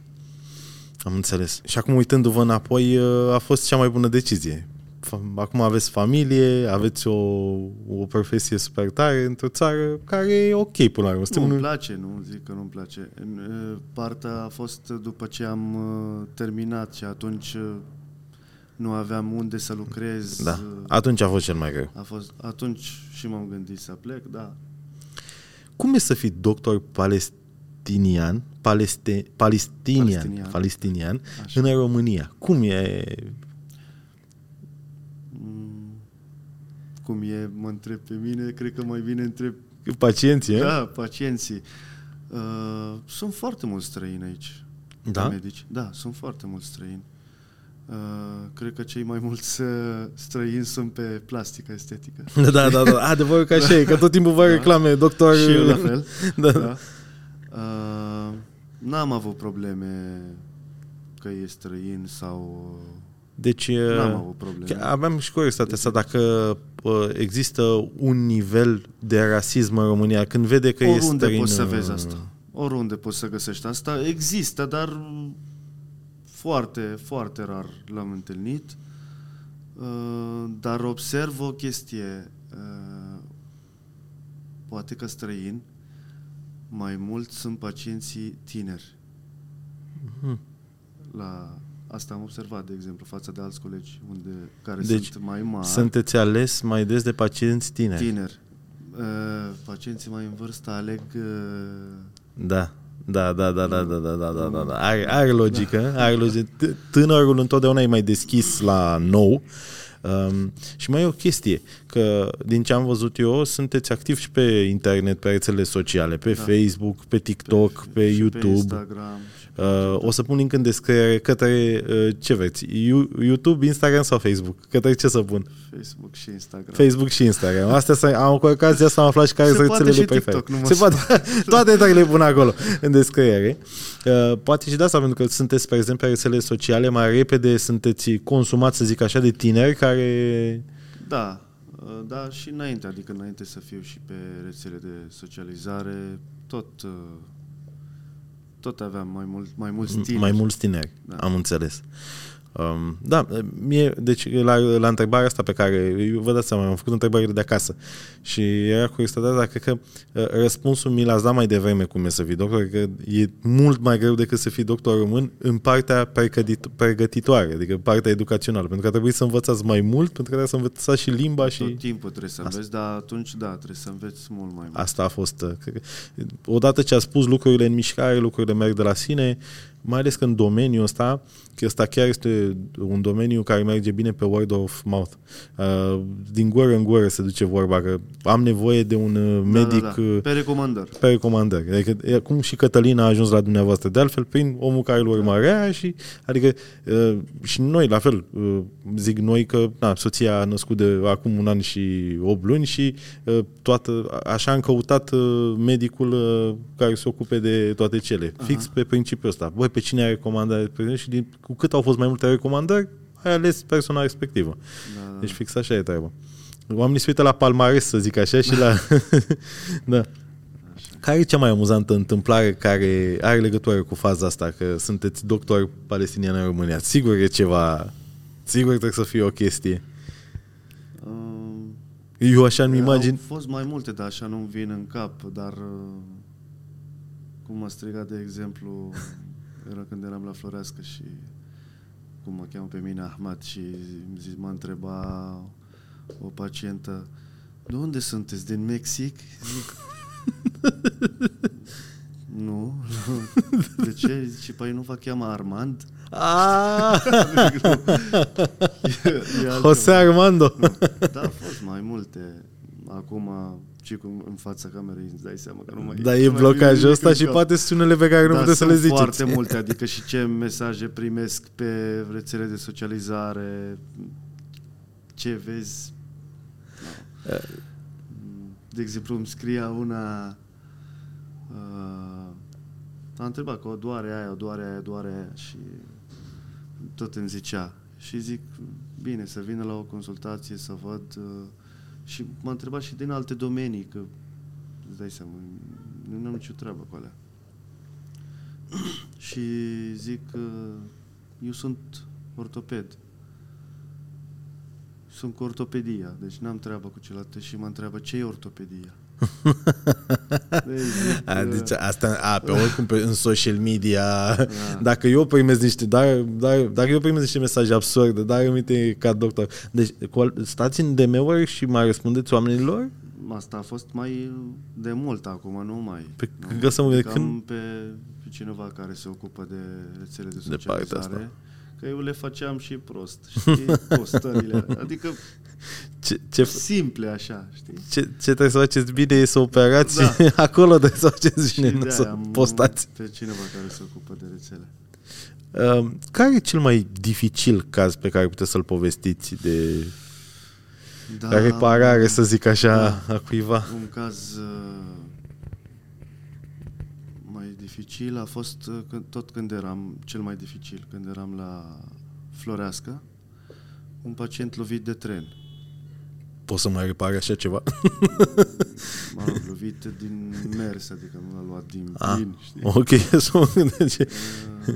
A: Am înțeles. Și acum uitându-vă înapoi, uh, a fost cea mai bună decizie. F- Acum aveți familie, aveți o, o profesie super tare într-o țară care e ok până la urmă. Suntem
B: Nu-mi
A: în-
B: place, nu zic că nu-mi place. În, uh, Partea a fost după ce am uh, terminat și atunci uh, nu aveam unde să lucrez.
A: Da.
B: uh,
A: Atunci a fost cel mai greu.
B: A fost atunci și m-am gândit să plec, da.
A: Cum e să fii doctor palestinian, paleste, palestinian, palestinian,
B: Palestinian.
A: palestinian
B: Așa.
A: în România? Cum e?
B: Mm, Cum e, mă întreb pe mine, cred că mai bine întreb
A: Pacienții, eh?
B: da, pacienții. Uh, sunt foarte mulți străini aici.
A: Da?
B: ca Medici. Da, sunt foarte mulți străini. Uh, cred că cei mai mulți uh, străini sunt pe plastica estetică.
A: Da, da, da, da. Adevărul că așa e, că tot timpul vă
B: Da.
A: reclame, doctor...
B: Și eu la fel.
A: Păi, Da.
B: da. Uh, n-am avut probleme că e străin sau... uh,
A: Deci,
B: N-am avut probleme.
A: chiar aveam și curiozitatea asta, dacă uh, există un nivel de rasism în România, când vede că e
B: oriunde
A: străin,
B: poți să
A: uh,
B: vezi asta. Oriunde poți să găsești asta. Există, dar mm, foarte, foarte rar l-am întâlnit. Uh, Dar observ o chestie. uh, Poate că străin, mai mult sunt pacienții tineri.
A: Mhm.
B: La asta am observat, de exemplu, față de alți colegi unde, care
A: Deci,
B: sunt mai mari.
A: Sunteți ales mai des de pacienți tineri.
B: Tineri. Uh, pacienții mai în vârstă aleg uh,
A: Da. Da, da, da, da, da, da, da, da, da, da. Are, are logică,
B: Da.
A: are logică. T- Tânărul întotdeauna e mai deschis la nou. Um, și mai e o chestie, că din ce am văzut eu, sunteți activi și pe internet, pe rețelele sociale, pe da. Facebook, pe TikTok, pe, pe
B: și
A: YouTube.
B: Pe Instagram. și-
A: Uh, o să pun link în descriere către uh, ce vreți, You- YouTube, Instagram sau Facebook? Către ce să pun?
B: Facebook și Instagram.
A: Facebook și Instagram. Astea să, am cu ocazia să am aflat și care
B: Da. Se
A: sunt
B: poate
A: rețelele
B: și
A: preferate.
B: TikTok, nu
A: Se
B: mă
A: poate, toate detaliile pun acolo, în descriere. Uh, poate și de asta, pentru că sunteți, pe exemplu, pe rețelele sociale, mai repede sunteți consumați, să zic așa, de tineri care...
B: Da, uh, da, și înainte, adică înainte să fiu și pe rețele de socializare, tot, uh, tot aveam mai, mult, mai mulți tineri.
A: Mai mulți tineri, da.
B: Da.
A: am înțeles. Um, da, mie, deci la, la întrebarea asta pe care, eu vă dați seama, am făcut întrebările de acasă și era curiozitatea, dar cred că uh, răspunsul mi l-ați dat mai devreme cum e să fii doctor, că e mult mai greu decât să fii doctor român în partea pregătit, pregătitoare, adică partea educațională, pentru că trebuie să învățați mai mult, pentru că trebuie să învățați și limba și...
B: Tot timpul trebuie să înveți, dar atunci, da, trebuie să înveți mult mai mult.
A: Asta a fost, uh, cred că, odată ce a spus lucrurile în mișcare, lucrurile merg de la sine, mai ales că în domeniul ăsta, că ăsta chiar este un domeniu care merge bine pe word of mouth. Uh, Din gură în gură se duce vorba că am nevoie de un uh, medic
B: da, da,
A: uh,
B: da. Pe recomandări.
A: pe recomandări. Adică, e cum și Cătălin a ajuns la dumneavoastră, de altfel, prin omul care îl urmărea și, adică, uh, și noi, la fel, uh, zic noi că, na, soția a născut de acum un an și 8 luni și uh, toată, a- așa am căutat uh, medicul uh, care se ocupe de toate cele. Aha. Fix pe principiul ăsta. Băi, pe cine a recomandat pe cine? și din, cu cât au fost mai multe recomandări, ai ales persoana respectivă.
B: Da, da.
A: Deci fix așa e treaba. Oamenii se uită la palmares, să zic așa, și la... da. Care e cea mai amuzantă întâmplare care are legătură cu faza asta, că sunteți doctor palestinian în România? Sigur e ceva... Sigur trebuie să fie o chestie.
B: Uh,
A: Eu așa îmi imagine...
B: Au fost mai multe, dar așa nu-mi vin în cap, dar uh, cum a strigat, de exemplu, era când eram la Florească și cum mă cheamă pe mine Ahmad și îmi zi- mă întreba o pacientă de unde sunteți? Din Mexic? Zic, nu, nu. De ce? Și păi nu vă cheamă Armand?
A: Ah!
B: E- e altceva.
A: Jose Armando!
B: Da, au fost mai multe. Acum, și cu, în fața camerei, îți dai seama că nu mai
A: Dar
B: nu
A: Da, e
B: mai vine
A: blocajul
B: nimic
A: ăsta
B: în
A: și
B: cap.
A: poate sunt unele pe care nu
B: Da,
A: puteți să
B: sunt
A: le ziceți.
B: foarte multe, adică și ce mesaje primesc pe rețele de socializare, ce vezi. Da.
A: Eh.
B: De exemplu, îmi scria una... Uh, am întrebat că o doare aia, o doare aia, o doare aia și tot îmi zicea. Și zic, bine, să vină la o consultație, să văd. Uh, și m-a întrebat și din alte domenii, că îți dai seama, nu am nicio treabă cu alea. și zic că eu sunt ortoped. Sunt cu ortopedia, deci n-am treabă cu celelalte și mă întreabă ce e ortopedia. Deci, zic,
A: A,
B: uh,
A: deci asta, a, pe oricum pe, în social media, da.
B: Da.
A: dacă eu primesc niște, dar, dar, dacă eu primesc niște mesaje absurde, dar aminte ca doctor. Deci cu- stați în DM-uri și mai răspundeți oamenilor?
B: Asta a fost mai de mult acum, nu mai.
A: Pe-
B: nu.
A: că să mă gândesc,
B: Adică am
A: când-
B: pe, pe cineva care se ocupă de rețele de
A: De
B: socializare.
A: partea asta.
B: Că eu le făceam și prost, știi? Postările. Adică
A: Ce, ce,
B: simple așa, știi?
A: ce, ce trebuie să faceți bine e să operați, da.
B: Da.
A: acolo trebuie să faceți bine,
B: Și
A: nu
B: de-aia
A: să
B: am
A: postați.
B: pe cineva care se ocupă de rețele.
A: Uh, care e cel mai dificil caz pe care puteți să-l povestiți de da. reparare, să zic așa, da. a cuiva?
B: Un caz uh, mai dificil a fost uh, când- tot când eram, cel mai dificil, când eram la Floreasca, un pacient lovit de tren.
A: Poți să mai repare așa ceva?
B: M-a lovit din mers, adică nu l-a luat din
A: Ah,
B: plin, știi?
A: ok, să mă gândesc ce-
B: Uh,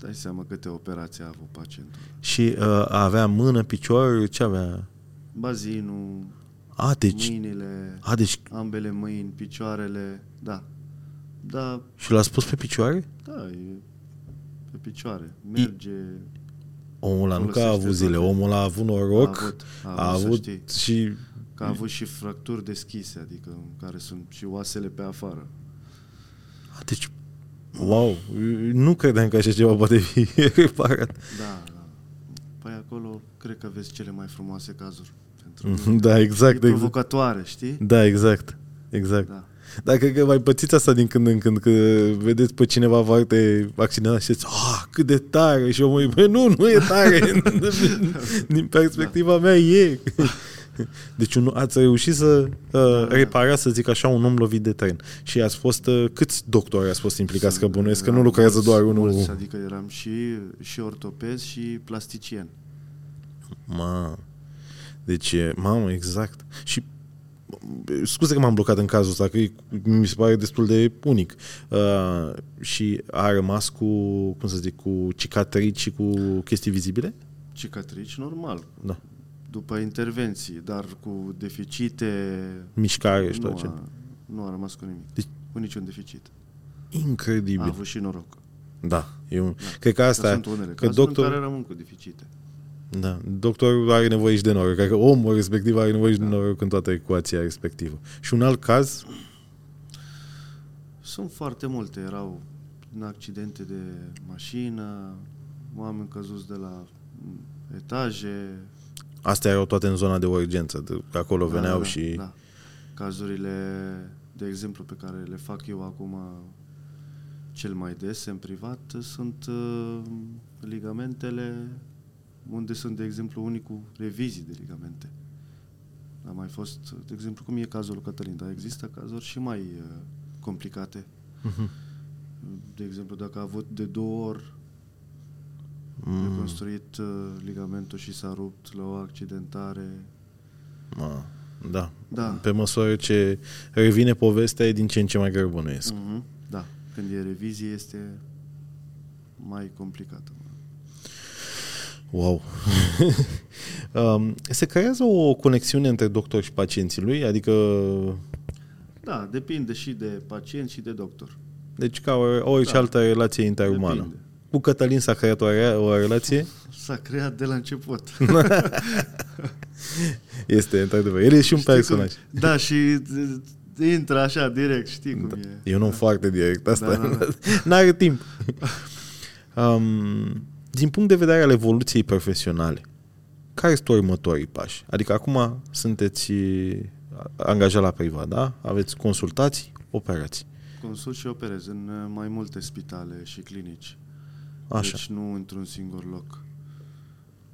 B: Dai seama câte operații a avut pacientul.
A: Și uh, avea mână, picior, ce avea?
B: Bazinul,
A: A, deci,
B: mâinile,
A: a, deci
B: ambele mâini, picioarele, da. Da,
A: și l-a spus pe picioare?
B: Da, e pe picioare. Merge.
A: Omul ăla nu că a
B: Folosește
A: avut zile,
B: toate.
A: omul ăla a avut noroc,
B: A avut, a
A: a
B: avut, să
A: avut
B: știi.
A: și
B: Că a avut și fracturi deschise, adică în care sunt și oasele pe afară.
A: a, deci, wow, nu credeam că așa ceva poate fi reparat.
B: Da, da. Păi acolo cred că vezi cele mai frumoase cazuri. Pentru că
A: Da,
B: e
A: exact, exact.
B: provocatoare, știi?
A: Da, exact. Exact.
B: Da.
A: Dacă că mai pățiți asta din când în când, că vedeți pe cineva foarte accidentat și ziceți, ah, cât de tare, și omul e, "Bă, nu, nu e tare, din perspectiva mea e. Deci un, ați reușit să
B: Da,
A: uh, repara, să zic așa, un om lovit de tren. Și ați fost, uh, câți doctori ați fost implicați, că bănuiesc că nu
B: Eram
A: lucrează
B: mulți,
A: doar unul.
B: Mulți, adică eram și, și ortoped și plasticien.
A: Ma. Deci, e- mamă, exact. Și scuze că m-am blocat în cazul ăsta, că e- mi se pare destul de unic. Uh, și a rămas cu, cum să zic, cu cicatrici și cu chestii vizibile?
B: Cicatrici, normal,
A: Da.
B: după intervenții, dar cu deficite...
A: Mișcare și
B: nu,
A: tot ce.
B: a, nu a rămas cu nimic,
A: Deci-
B: cu niciun deficit. A
A: Incredibil.
B: avut și noroc.
A: Da. E un... Cred că asta...
B: Dar sunt unele
A: că
B: cazuri
A: doctor...
B: în care rămân cu deficite.
A: Da, doctorul are nevoie și de noroc. Cred că omul respectiv are nevoie și
B: Da.
A: de noroc în toată ecuația respectivă. Și un alt caz,
B: Sunt foarte multe, erau în accidente de mașină, oameni căzuți de la m, etaje.
A: astea erau toate în zona de urgență. De acolo da, veneau da, și... Da.
B: Cazurile, de exemplu, pe care le fac eu acum cel mai des în privat sunt uh, ligamentele unde sunt, de exemplu, unii cu revizii de ligamente. A mai fost, de exemplu, cum e cazul lui Cătălin, dar există cazuri și mai uh, complicate.
A: Uh-huh.
B: De exemplu, dacă a avut de două ori
A: Mm,
B: reconstruit uh, ligamentul și s-a rupt la o accidentare.
A: ma, da.
B: Da.
A: Pe măsură ce revine povestea, e din ce în ce mai greu bănuiesc.
B: Mhm, Da. Când e revizie este mai complicată.
A: Wow! um, se creează o conexiune între doctor și pacienții lui? Adică,
B: Da, depinde și de pacient și de doctor.
A: deci ca or- orice da.
B: Da.
A: altă relație interumană.
B: Depinde.
A: Cu Cătălin s-a creat o, re- o relație?
B: S-a creat de la început.
A: Este, într-adevăr. El e și un
B: Știi
A: personaj.
B: Cum? Da, și d- d- intră așa direct, știi cum e.
A: Eu nu foarte direct, asta
B: Da, da, da.
A: n-are timp. Um, din punct de vedere al evoluției profesionale, care sunt următorii pași? Adică acum sunteți uh, angajat la privat, da? Aveți consultații, operații.
B: Consult și operez în uh, mai multe spitale și clinici.
A: Așa.
B: Deci nu într-un singur loc.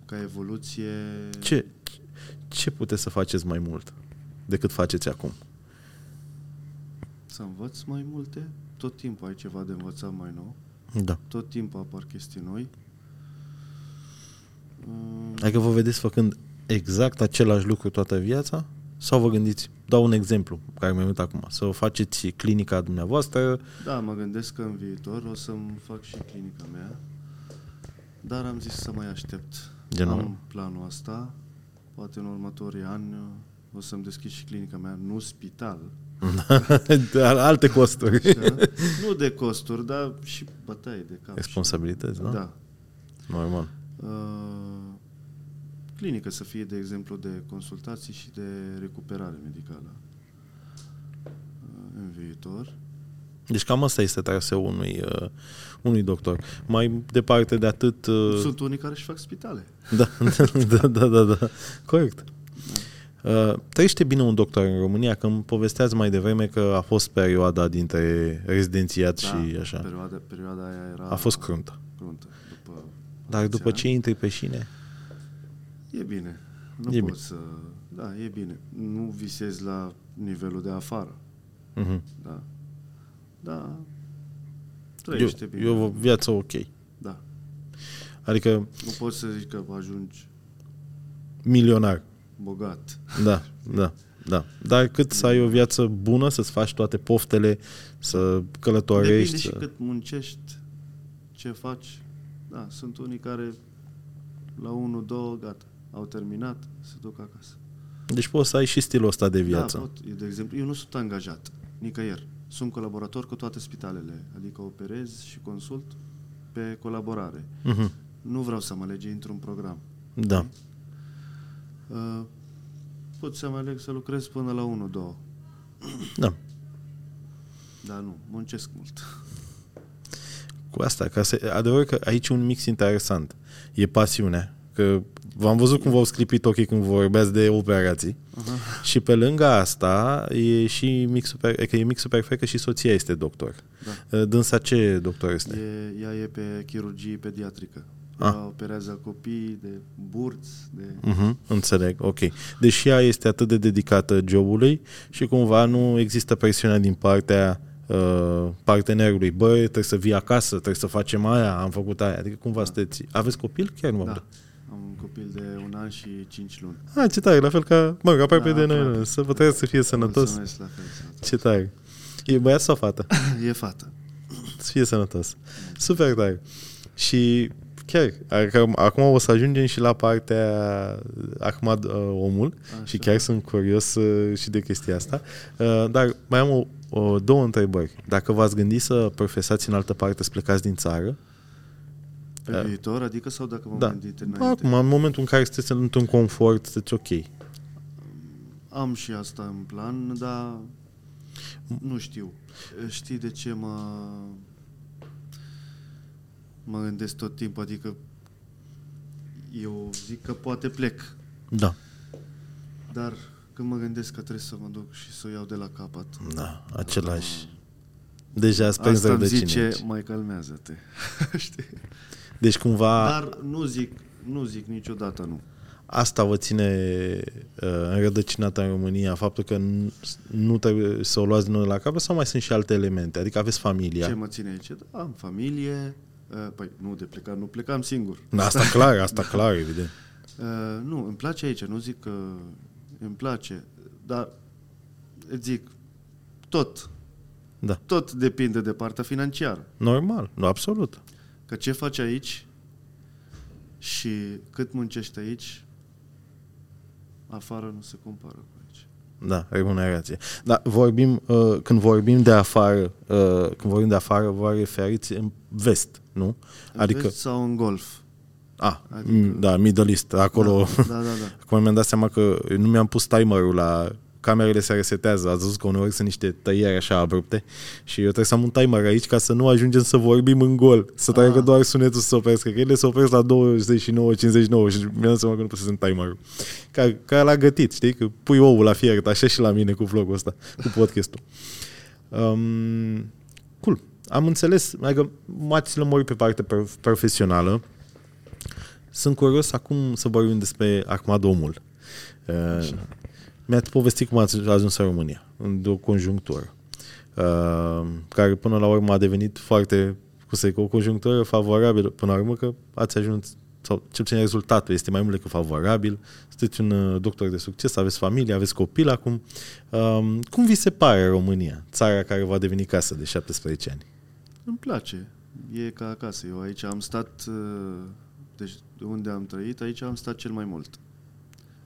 B: Ca evoluție... Deci, uh,
A: Ce, ce puteți să faceți mai mult decât faceți acum?
B: Să învăț mai multe. Tot timpul ai ceva de învățat mai nou.
A: Da.
B: Tot timpul apar chestii noi. Mm,
A: Adică vă vedeți făcând exact același lucru toată viața? Sau vă gândiți, dau un exemplu care mi-a venit acum, să faceți clinica dumneavoastră,
B: Da, mă gândesc că în viitor o să-mi fac și clinica mea, dar am zis să mai aștept.
A: Genial.
B: Am planul asta, poate în următorii ani uh, o să-mi deschid și clinica mea, nu spital.
A: Da, alte costuri.
B: Așa? nu de costuri, dar și bătaie de cap.
A: Responsabilități, da?
B: Da.
A: Normal.
B: Uh, clinică să fie, de exemplu, de consultații și de recuperare medicală uh, în viitor.
A: Deci cam asta este traseul unui, uh, unui doctor. Mai departe de atât... Uh,
B: Sunt unii care își fac spitale.
A: da, da, da, da, da. Corect.
B: Da.
A: Uh, trăiește bine un doctor în România, că îmi povesteați mai devreme că a fost perioada dintre rezidențiat și
B: da,
A: așa.
B: Perioada, perioada aia era...
A: A fost cruntă.
B: cruntă. După
A: Dar după
B: atâția
A: ce intri pe șine...
B: ani. E bine. Nu
A: E bine.
B: e pot bine. să... Da, e bine. Nu visez la nivelul de afară.
A: Uh-huh.
B: Da. Da.
A: Eu,
B: Trăiește bine.
A: eu vă- viață ok.
B: Da.
A: Adică
B: Nu pot să zic că ajungi
A: milionar.
B: bogat.
A: Da, da, da. Dar cât să ai o viață bună, să-ți faci toate poftele, să
B: Depinde
A: călătorești.
B: și
A: Să...
B: cât muncești, ce faci. Da, sunt unii care la 1, 2, gata, au terminat, se duc acasă.
A: Deci poți să ai și stilul ăsta de viață.
B: Da, pot. Eu, de exemplu, eu nu sunt angajat nicăieri. Sunt colaborator cu toate spitalele, adică operez și consult pe colaborare.
A: Mhm.
B: Nu vreau să mă lege într-un program.
A: da.
B: Uh, pot să mă aleg să lucrez până la 1-2,
A: da.
B: dar nu, muncesc mult.
A: Cu asta, ca să... adevărul că aici e un mix interesant. E pasiunea. Că v-am văzut cum v-au sclipit ochii când vorbeați de operații.
B: Aha.
A: Și pe lângă asta e și mixul, per... că e mixul perfect că și soția este doctor. Da. Dânsa ce doctor este?
B: E, ea e pe chirurgie pediatrică.
A: Ah.
B: Ea operează copii de burți, de...
A: Mhm, înțeleg, ok. Deși ea este atât de dedicată jobului și cumva nu există presiunea din partea uh, partenerului. Bă, trebuie să vii acasă, trebuie să facem aia, am făcut aia. Adică cumva sunteți... Aveți copil? Chiar nu am
B: Da, Am un copil de un an și cinci luni.
A: A, Ah, ce tare, la fel ca, mă rog, aproape
B: Da,
A: de noi,
B: aproape.
A: nu, să vă trăiesc să fie sănătos.
B: Mulțumesc la fel. sănătos.
A: Ce tare. E băiat sau fată?
B: E fată.
A: Să fie sănătos. Super tare. Și chiar, ac- acum o să ajungem și la partea acum uh, omul Așa.
B: Așa.
A: și chiar sunt curios uh, și de chestia asta. Uh, Dar mai am o, o, două întrebări. Dacă v-ați gândit să profesați în altă parte, să plecați din țară?
B: Pe
A: Da.
B: viitor, adică sau dacă m-am
A: Da.
B: gândit înainte?
A: Acum, în momentul în care sunteți într-un confort, sunteți ok.
B: Am și asta în plan, dar nu știu. Știi de ce mă mă gândesc tot timpul, adică eu zic că poate plec,
A: Da.
B: dar când mă gândesc că trebuie să mă duc și să o iau de la capăt,
A: Da, același. Deja spens
B: asta îmi
A: de
B: zice,
A: cine.
B: mai calmează-te, știi?
A: Deci cumva...
B: Dar nu zic, nu zic niciodată nu.
A: Asta vă ține uh, înrădăcinată în România, faptul că nu, nu trebuie să o luați din nou la capăt sau mai sunt și alte elemente? Adică aveți
B: Ce
A: familia.
B: mă ține aici? Da, am familie, uh, păi nu de plecat, nu plecam singur.
A: Da, Asta clar, asta clar, evident.
B: Uh, nu, îmi place aici, nu zic că îmi place, dar îți zic, tot,
A: Da,
B: tot depinde de partea financiară.
A: normal, nu, absolut.
B: Că ce faci aici și cât muncești aici, afară nu se compară cu aici.
A: Da, remunerație. Dar vorbim, uh, când vorbim de afară, uh, când vorbim de afară, vă referiți în vest, nu?
B: În
A: Adică,
B: vest sau în golf.
A: a,
B: Adică-
A: m, da, Middle East, acolo...
B: Da, da, da. da.
A: Acum mi-am dat seama că nu mi-am pus timerul la camerele se resetează, ați văzut că uneori sunt niște tăieri așa abrupte și eu trebuie să am un timer aici ca să nu ajungem să vorbim în gol, să treacă
B: Ah.
A: doar sunetul să se oprească, că ele se opresc la 29-59 și mi-am dat seama că nu pot să sunt timerul. Ca, ca la gătit, știi, că pui oul la fiert, așa și la mine cu vlogul ăsta, cu podcastul. Um, cool. Am înțeles, adică m-ați lămurit pe partea prof- profesională. Sunt curios acum să vorbim despre Ahmad Omul. Uh, mi-ați povestit cum ați ajuns în România, în o conjunctură, uh, care până la urmă a devenit foarte, cum să zic, o conjunctură favorabilă, până la urmă că ați ajuns, sau cel puțin rezultatul este mai mult decât favorabil, sunteți un uh, doctor de succes, aveți familie, aveți copil acum. Um, cum vi se pare România, țara care va deveni casă de 17 ani?
B: Îmi place. E ca acasă. Eu aici am stat, uh, deci de unde am trăit, aici am stat cel mai mult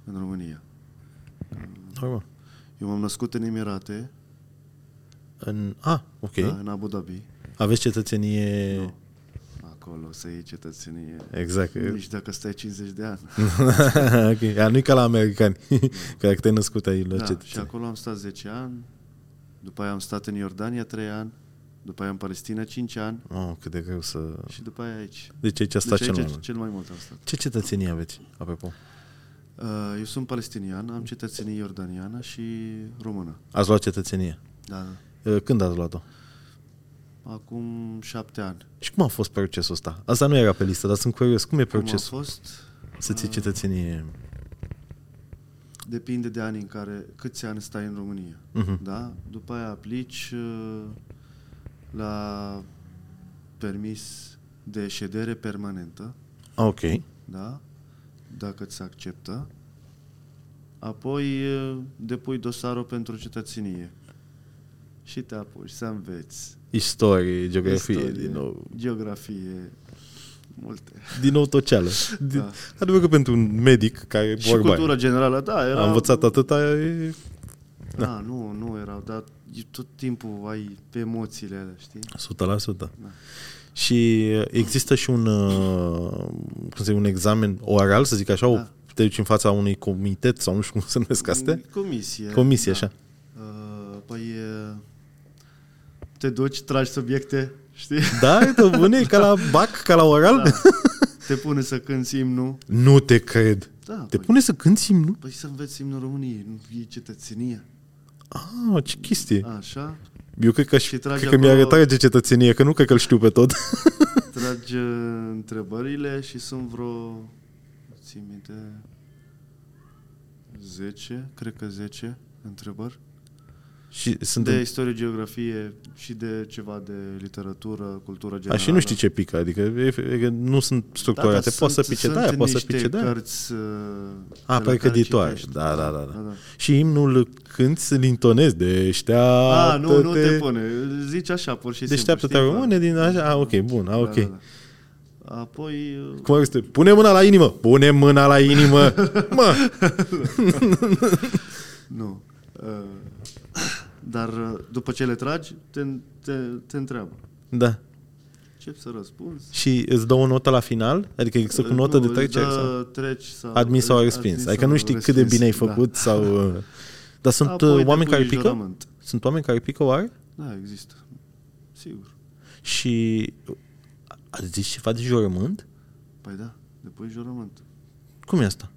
B: în România.
A: Normal.
B: Eu m-am născut în Emirate,
A: În, a, ok.
B: da,
A: Da.
B: în Abu Dhabi.
A: Aveți cetățenie...
B: Nu. Acolo să iei cetățenie.
A: Exact.
B: Nici dacă stai 50 de ani.
A: ok. A, Nu-i ca la americani, că dacă te-ai născut ai luat
B: Da, și
A: cetățenie.
B: acolo am stat 10 ani, după aia am stat în Iordania 3 ani, după aia în Palestina 5 ani
A: Oh, cât de greu să...
B: și după aia aici.
A: Deci aici a stat
B: deci
A: cel mai
B: aici
A: mult.
B: cel mai mult am stat.
A: Ce cetățenie aveți, apropo?
B: Uh, Eu sunt palestinian, am cetățenie iordaniană și română.
A: Ați luat cetățenie.
B: Da, da.
A: E, Când ați luat-o?
B: Acum șapte ani.
A: Și cum a fost procesul ăsta? Asta nu era pe listă, dar sunt curios. Cum e
B: Cum a
A: procesul
B: fost?
A: să ții
B: Uh,
A: cetățenie?
B: Depinde de ani în care, câți ani stai în România.
A: Mhm.
B: Da? După aia aplici uh, la permis de ședere permanentă.
A: Ah, Ok.
B: Da? Dacă ți se acceptă. Apoi uh, depui dosarul pentru cetățenie. Și te apuci să înveți.
A: Istorie, geografie,
B: Istorie,
A: din nou.
B: Geografie, multe.
A: Din nou toceală. Din...
B: Da.
A: Adevăr că pentru un medic care
B: Și
A: vorba aia,
B: cultura generală, da, era...
A: a învățat atâta, e...
B: Da, nu, nu erau, dar e- tot timpul ai emoțiile alea, știi?
A: 100%. Da. Și există și un, uh, cum să zic, un examen oral, să zic așa, da. o, te duci în fața unui comitet sau nu știu cum se numesc astea?
B: Comisie. Da.
A: Comisie, așa.
B: Uh, păi, uh, te duci, tragi subiecte, știi?
A: Da, e tot bune, e ca la BAC, ca la oral?
B: Da. Te pune să cânti imnul.
A: Nu te cred.
B: Da,
A: Te
B: păi,
A: pune să cânti nu?
B: păi să înveți imnul României, nu e cetățenie.
A: Ah, ce chestie.
B: Așa,
A: Eu cred că, și
B: Da. Și trage
A: cred că mi-ar
B: acolo-
A: retrage cetățenie, că nu cred că îl știu pe tot.
B: tragi uh, întrebările și sunt vreo, țin minte, 10, cred că 10 întrebări.
A: Și sunt
B: de istorie, geografie și de ceva de literatură, cultură
A: A,
B: generală.
A: și nu știi ce pică, adică e- e- nu sunt structurate. Da,
B: da, dar
A: poate să
B: sunt-
A: pice de
B: sunt
A: aia, poate să
B: niște
A: pice de aia.
B: cărți... uh,
A: A,
B: pe la care
A: precăditoare.
B: citești.
A: Ah, păi Da, da, da, da. Și imnul când se lintonezi, deșteaptă-te...
B: A, Ah, nu, nu te pune. Zici așa, pur și simplu.
A: Deșteaptă-te
B: știi?
A: române din așa... A, ok, bun, a,
B: Da,
A: ok.
B: da, da. Apoi, uh,
A: Cum este? Pune mâna la inimă! Pune mâna la inimă! Mă!
B: nu. Uh, Dar uh, după ce le tragi, te, te, te întreabă.
A: Da.
B: Încep să răspunzi.
A: Și îți dă o notă la final? Adică exact cu
B: Uh,
A: notă
B: nu,
A: de
B: îți
A: trece?
B: dă
A: sau
B: Treci sau
A: Admis sau
B: admis
A: respins.
B: sau
A: Adică nu știi cât de bine ai
B: respins, da.
A: făcut sau... uh, Dar sunt
B: Apoi
A: uh,
B: depui
A: oameni care pică?
B: jurământ.
A: Sunt oameni care pică oare?
B: Da, există. Sigur.
A: Și ați zis ceva de jurământ?
B: Păi da, depui jurământ.
A: Cum e asta?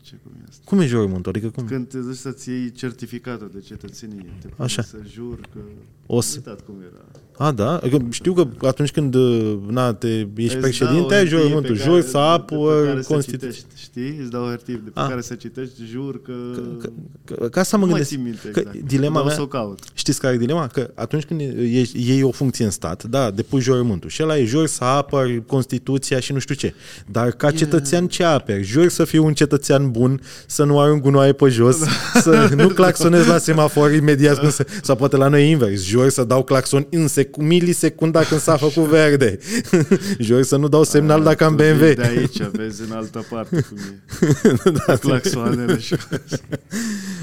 B: Ce cum e asta?
A: Cum e jurământul? Adică cum?
B: Când te duci să-ți iei certificatul de cetățenie, te pune
A: Așa.
B: să jur că...
A: O să-
B: Uitat cum era.
A: A, da? Adică știu că atunci când uh, na, te, ești
B: Îți dau
A: președinte,
B: o
A: ai
B: hârtie
A: jurământul.
B: pe
A: Jur
B: da, care-
A: să
B: pe care
A: apăr
B: să
A: Constituția.
B: citești, Știi? Îți dau o hârtie de pe
A: Ah.
B: care să citești, jur că...
A: Că- că- Ca să mă
B: nu mai
A: gândesc.
B: țin minte
A: că
B: exact.
A: dilema
B: Dar o
A: mea-
B: să o caut.
A: Știți care e dilema? Că atunci când ești- iei o funcție în stat, da, depui jurământul și ăla e jur să apăr Constituția și nu știu ce. Dar ca cetățean ce aperi? Jur să fiu un cetățean bun, să nu arunc gunoaie pe jos,
B: Da.
A: să nu claxonez la semafor imediat când se... Sau poate la noi invers. Jur să dau claxon în sec- milisecunda când s-a făcut verde. jur să nu dau semnal dacă am
B: Tu vii
A: BMW.
B: De aici, vezi în altă parte cum e. da, claxoanele și...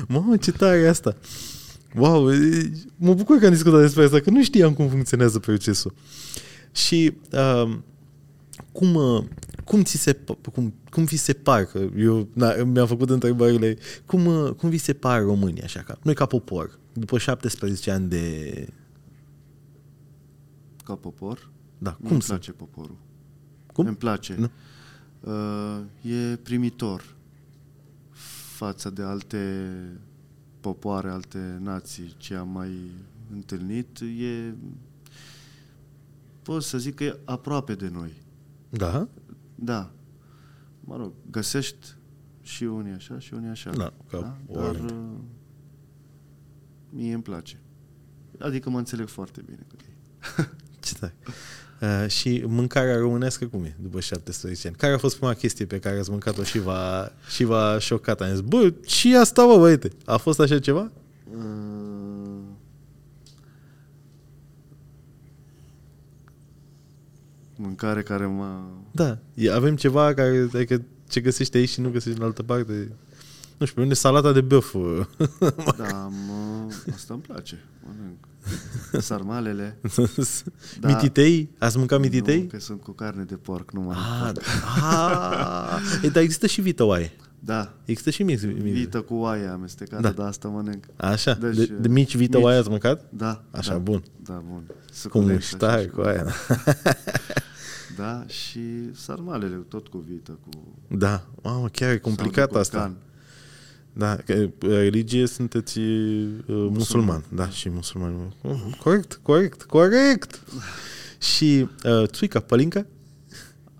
A: Mamă, ce tare e asta! Wow, e- mă bucur că am discutat despre asta, că nu știam cum funcționează procesul. Și uh, cum, uh, cum, ți se, p- cum, cum vi se par, că eu na, mi-am făcut întrebările, cum, uh, cum vi se par românii așa ca, noi ca popor, după 17 ani de...
B: Ca popor,
A: Da, cum
B: îmi
A: să...
B: place poporul.
A: Cum?
B: Îmi place.
A: Nu.
B: Uh, e primitor față de alte popoare, alte nații ce am mai întâlnit. E, pot să zic că e aproape de noi.
A: Da?
B: Da. Mă rog, găsești și unii așa și unii așa.
A: Da, ca
B: Dar
A: oriunde.
B: uh, mie îmi place. Adică mă înțeleg foarte bine cu ei.
A: Ce tare. Uh, și mâncarea românească cum e după 17 ani? Care a fost prima chestie pe care ați mâncat-o și v-a, și v-a șocat? Am zis, bă, ce e asta, bă, băiete? A fost așa ceva?
B: Ă, Uh, Mâncare care mă...
A: Da. E, avem ceva care, adică, ce găsești aici și nu găsești în altă parte. Nu știu, pe mine salata de băf. uh,
B: Da, mă... Asta îmi place. Mănânc. Sarmalele. Da.
A: Mititei? Ați mâncat
B: Nu,
A: mititei?
B: că sunt cu carne de porc numai.
A: Ah, da. Ah. E, dar există și vită oaie.
B: Da.
A: Există și mici vită.
B: Vită cu oaie amestecată,
A: Da.
B: da. dar asta mănânc.
A: Așa, deci, de,
B: Deci,
A: de mici vită
B: mici.
A: oaie ați mâncat?
B: Da.
A: Așa,
B: da,
A: bun.
B: Da, bun.
A: Cum
B: Suculent,
A: ești, tare
B: așa,
A: cu aia.
B: Da, și sarmalele, tot cu vită, cu...
A: Da, mamă, chiar e complicat
B: sau de
A: asta.
B: curcan.
A: Da, că, e, religie sunteți e, musulman, da, și musulman. Oh, Corect, corect, corect! Și uh, țuica, pălincă?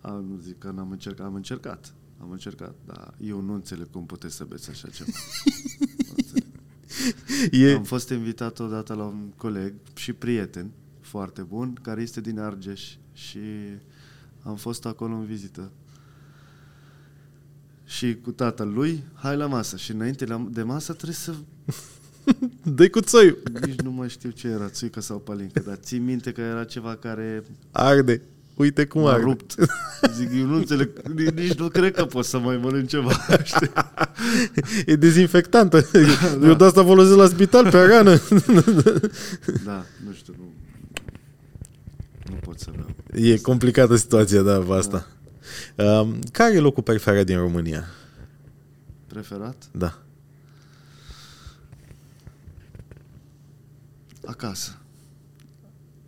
B: A, nu zic că n-am încercat, am încercat. Am încercat, dar eu nu înțeleg cum puteți să beți așa ceva. Nu înțeleg.
A: E,
B: Am fost invitat odată la un coleg și prieten foarte bun, care este din Argeș și am fost acolo în vizită. Și cu tatăl lui, hai la masă. Și înainte la- de masă trebuie să...
A: dă cu țoiul,
B: Nici nu mai știu ce era, țuică sau palincă, dar ții minte că era ceva care
A: arde. Uite cum
B: m-a
A: arde.
B: rupt. Zic, eu nu înțeleg, ni- nici nu cred că pot să mai mănânc ceva. Știi?
A: E dezinfectantă. Eu de asta folosesc la spital pe rană.
B: Da, nu știu, nu, nu pot să beau.
A: e complicată situația, da, pe asta.
B: Da.
A: Um, care e locul preferat din România?
B: Preferat?
A: Da.
B: Acasă,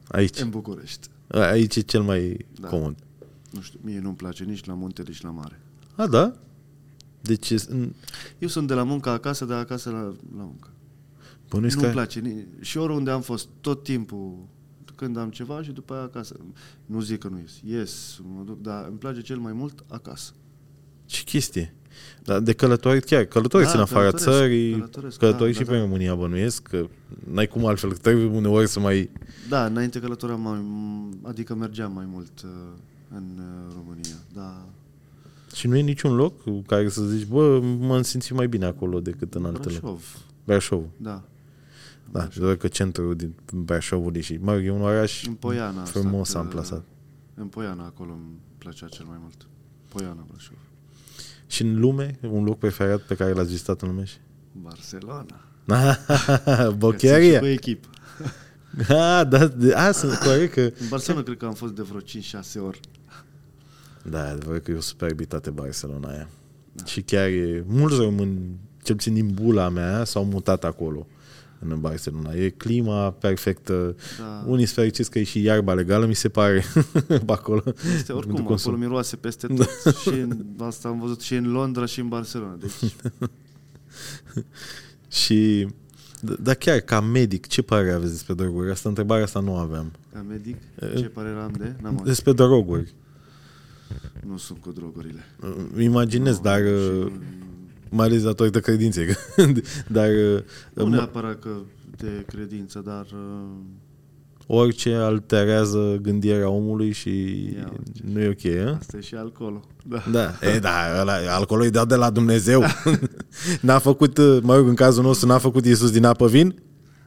A: Aici.
B: în București.
A: Aici e cel mai
B: Da.
A: comun.
B: Nu știu, mie nu-mi place nici la munte, nici la mare.
A: A, da? Deci, e- în-
B: Eu sunt de la muncă acasă, de acasă la, la muncă.
A: bănuiesc
B: Nu-mi
A: că...
B: place. ni- Și oriunde am fost, tot timpul, când am ceva și după aia acasă. Nu zic că nu ies. Ies, mă duc, dar îmi place cel mai mult acasă.
A: Ce chestie. Dar de călători, chiar călătoriți
B: Da,
A: în afara
B: călătoresc,
A: țării,
B: călătoresc,
A: călători
B: da,
A: și
B: da,
A: pe România bănuiesc, că n-ai cum altfel, că trebuie uneori să mai...
B: Da, înainte călătoream mai, adică mergeam mai mult uh, în uh, România, da.
A: Și nu e niciun loc cu care să zici, bă, m-am simțit mai bine acolo decât în altele. Brașov.
B: Brașov,
A: Brașov.
B: da.
A: Da, și doar că centrul din Brașovului și, mă, rog, e un oraș
B: În Poiana. am
A: frumos
B: stat,
A: am plasat.
B: uh, În Poiana, acolo îmi plăcea cel mai mult. Poiana, Brașov.
A: Și în lume, un loc preferat pe care l-ați vizitat în lume? și-
B: Barcelona. Că sunt și
A: Bocheria.
B: Cu echipă.
A: Ah, da, de- a, sunt corect că...
B: În Barcelona cred că am fost de vreo 5-6 ori.
A: Da, e adevărat că e o superbitate Barcelona aia. Și chiar e, mulți români, cel puțin din bula mea, s-au mutat acolo în Barcelona. E clima perfectă.
B: Da.
A: Unii sunt fericiți că e și iarba legală, mi se pare, pe acolo.
B: Este oricum,
A: Pentru
B: acolo
A: consum.
B: miroase peste
A: Da.
B: tot. și în, asta am văzut și în Londra și în Barcelona. Deci,
A: Și, d- dar chiar ca medic, ce părere aveți despre droguri? Asta întrebarea asta nu o aveam.
B: ca medic,
A: Eh.
B: ce părere am de? N-am auzit.
A: Despre droguri.
B: Nu sunt cu drogurile.
A: Îmi Imaginez, dar uh,
B: Și
A: mai ales datorită credinței. că- dar uh,
B: Nu
A: mă-
B: neapărat că de credință, dar uh,
A: orice alterează gândirea omului și
B: Ia uite.
A: nu e ok, e?
B: asta e și alcoolul. Da.
A: Eh? Da, e, da, ăla, alcoolul e dat de la Dumnezeu. n-a făcut, eh, mă rog, în cazul nostru, n-a făcut Iisus din apă vin?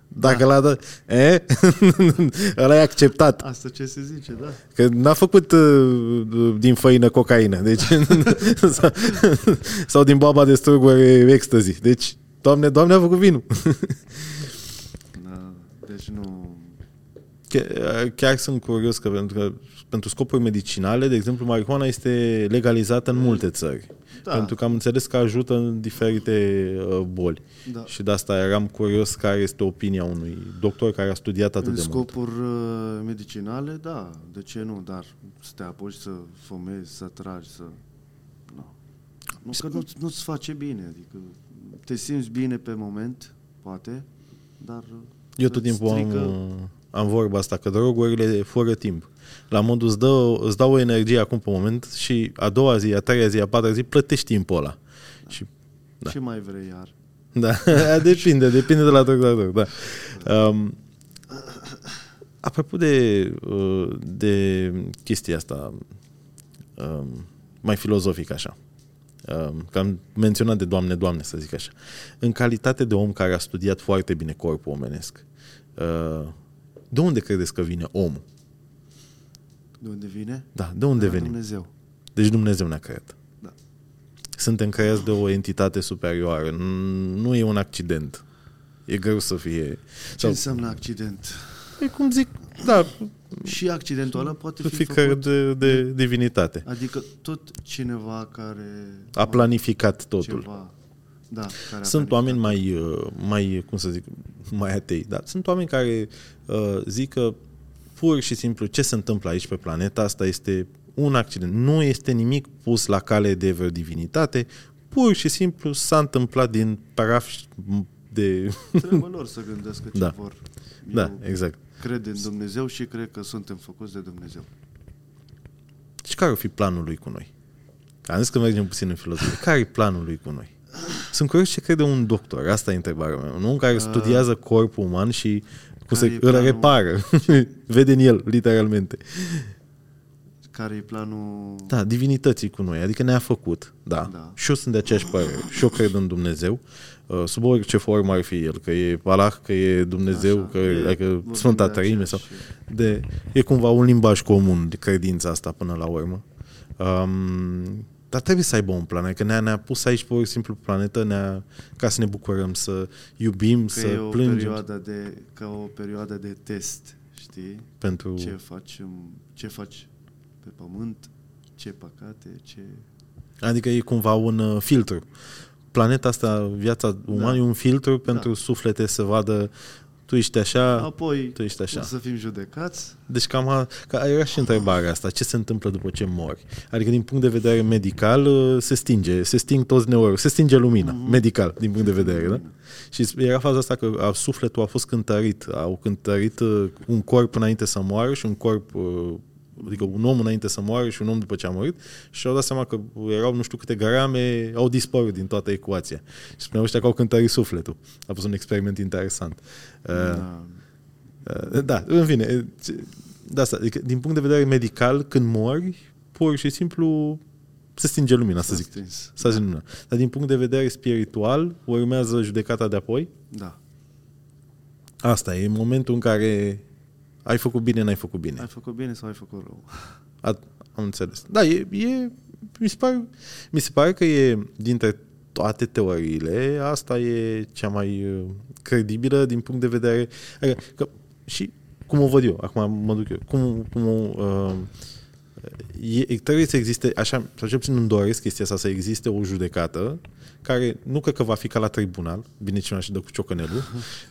A: Dacă l-a dat, e? ăla e acceptat.
B: Asta ce se zice, da.
A: Că n-a făcut uh, din făină cocaină, deci, sau, sau din baba de struguri ecstasy. Deci, Doamne, Doamne a făcut vinul.
B: da. Deci nu...
A: Chiar, chiar sunt curios că pentru, că pentru scopuri medicinale, de exemplu, marihuana este legalizată în multe țări.
B: Da.
A: Pentru că am înțeles că ajută în diferite uh, boli.
B: Da.
A: Și de asta eram curios care este opinia unui doctor care a studiat atât
B: În
A: de mult.
B: scopuri uh, medicinale, da, de ce nu, dar să te apuci să fumezi, să tragi, să... Nu. Nu, că nu, nu-ți face bine, adică te simți bine pe moment, poate, dar... uh,
A: Eu tot
B: îți
A: timpul am,
B: strică-
A: uh, am vorba asta, că drogurile fură timp. La modul îți, dă, îți dau o energie acum pe moment și a doua zi, a treia zi, a patra zi plătești timpul ăla. Și da.
B: Ce mai vrei iar?
A: Da, depinde, depinde de la doc la doc, da. Um, apropo de, uh, de chestia asta um, mai filozofic așa, um, că am menționat de Doamne, Doamne, să zic așa, în calitate de om care a studiat foarte bine corpul omenesc, uh, de unde credeți că vine omul?
B: De unde vine?
A: Da, de unde
B: De la
A: venim?
B: Dumnezeu.
A: Deci Dumnezeu ne-a creat.
B: Da.
A: Suntem creați de o entitate superioară. N- Nu e un accident. E greu să fie...
B: Ce
A: Sau,
B: înseamnă accident?
A: e cum zic, da,
B: Și accidentul ăla poate
A: să
B: fi, fi
A: fie
B: făcut.
A: de, de divinitate.
B: Adică tot cineva care...
A: A planificat totul.
B: Ceva, da, care a
A: Sunt
B: planificat.
A: oameni mai, uh, mai, cum să zic, mai atei, dar sunt oameni care uh, zic că pur și simplu ce se întâmplă aici pe planeta asta este un accident. Nu este nimic pus la cale de vreo divinitate, pur și simplu s-a întâmplat din paraf și- de...
B: Trebuie lor să gândească ce
A: Da.
B: vor.
A: Da,
B: Eu
A: exact.
B: cred în Dumnezeu și cred că suntem făcuți de Dumnezeu.
A: Și Deci care ar fi planul lui cu noi? Am zis că mergem puțin în filozofie. Care e planul lui cu noi? Sunt curios ce crede un doctor, asta e întrebarea mea. Un om care studiază corpul uman și cum se,
B: Ah. Care e
A: îl repară.
B: planul?
A: Vede în el, literalmente.
B: Care e planul...
A: Da, divinității cu noi, adică ne-a făcut, da.
B: Da.
A: Și eu sunt de aceeași părere. Și eu cred în Dumnezeu, uh, sub orice formă ar fi el, că e Allah, că e Dumnezeu,
B: Așa.
A: că
B: E-
A: e, adică
B: vorbim
A: Sfânta
B: de
A: Trăime sau...
B: aceeași-
A: De, e cumva un limbaj comun de credința asta până la urmă. Um, dar trebuie să aibă un plan, adică ne-a, ne-a pus aici pur și simplu pe planetă ne-a, ca să ne bucurăm, să iubim,
B: Că
A: să
B: e o
A: plângem
B: perioadă de, ca o perioadă de test, știi?
A: pentru...
B: Ce faci, în- ce faci pe pământ, ce păcate, ce...
A: Adică e cumva un uh, filtru. Planeta asta, viața umană, da. e un filtru pentru da. suflete să vadă tu ești
B: Da.
A: așa,
B: Apoi
A: tu ești așa.
B: o să fim judecați.
A: Deci cam a, ca era și întrebarea asta, ce se întâmplă după ce mori? Adică din punct de vedere medical uh, se stinge, se sting toți neuroii, se stinge lumina, mm-hmm. medical, din punct de vedere, da? Și era faza asta că a, sufletul a fost cântărit, au cântărit uh, un corp înainte să moară și un corp uh, Adică un om înainte să moară și un om după ce a murit și au dat seama că erau nu știu câte grame, au dispărut din toată ecuația. Și spuneau ăștia că au cântărit sufletul. A fost un experiment interesant. Uh,
B: Da.
A: Uh, Da, în fine. e, ce- De asta, adică, din punct de vedere medical, când mori, pur și simplu se stinge lumina, să
B: S-a
A: zic.
B: stins.
A: Să zic lumina. Dar din punct de vedere spiritual, urmează judecata de apoi.
B: Da.
A: Asta e momentul în care ai făcut bine, n-ai făcut bine.
B: Ai făcut bine sau ai făcut rău?
A: A, am înțeles. Da, e, e mi, se pare, mi se pare că e dintre toate teoriile, asta e cea mai uh, credibilă din punct de vedere. Adică, că, și cum o văd eu, acum mă duc eu, cum, cum o, uh, e, trebuie să existe, așa, sau cel puțin îmi doresc chestia asta, să existe o judecată care nu cred că va fi ca la tribunal, bine cineva și dă cu ciocănelul,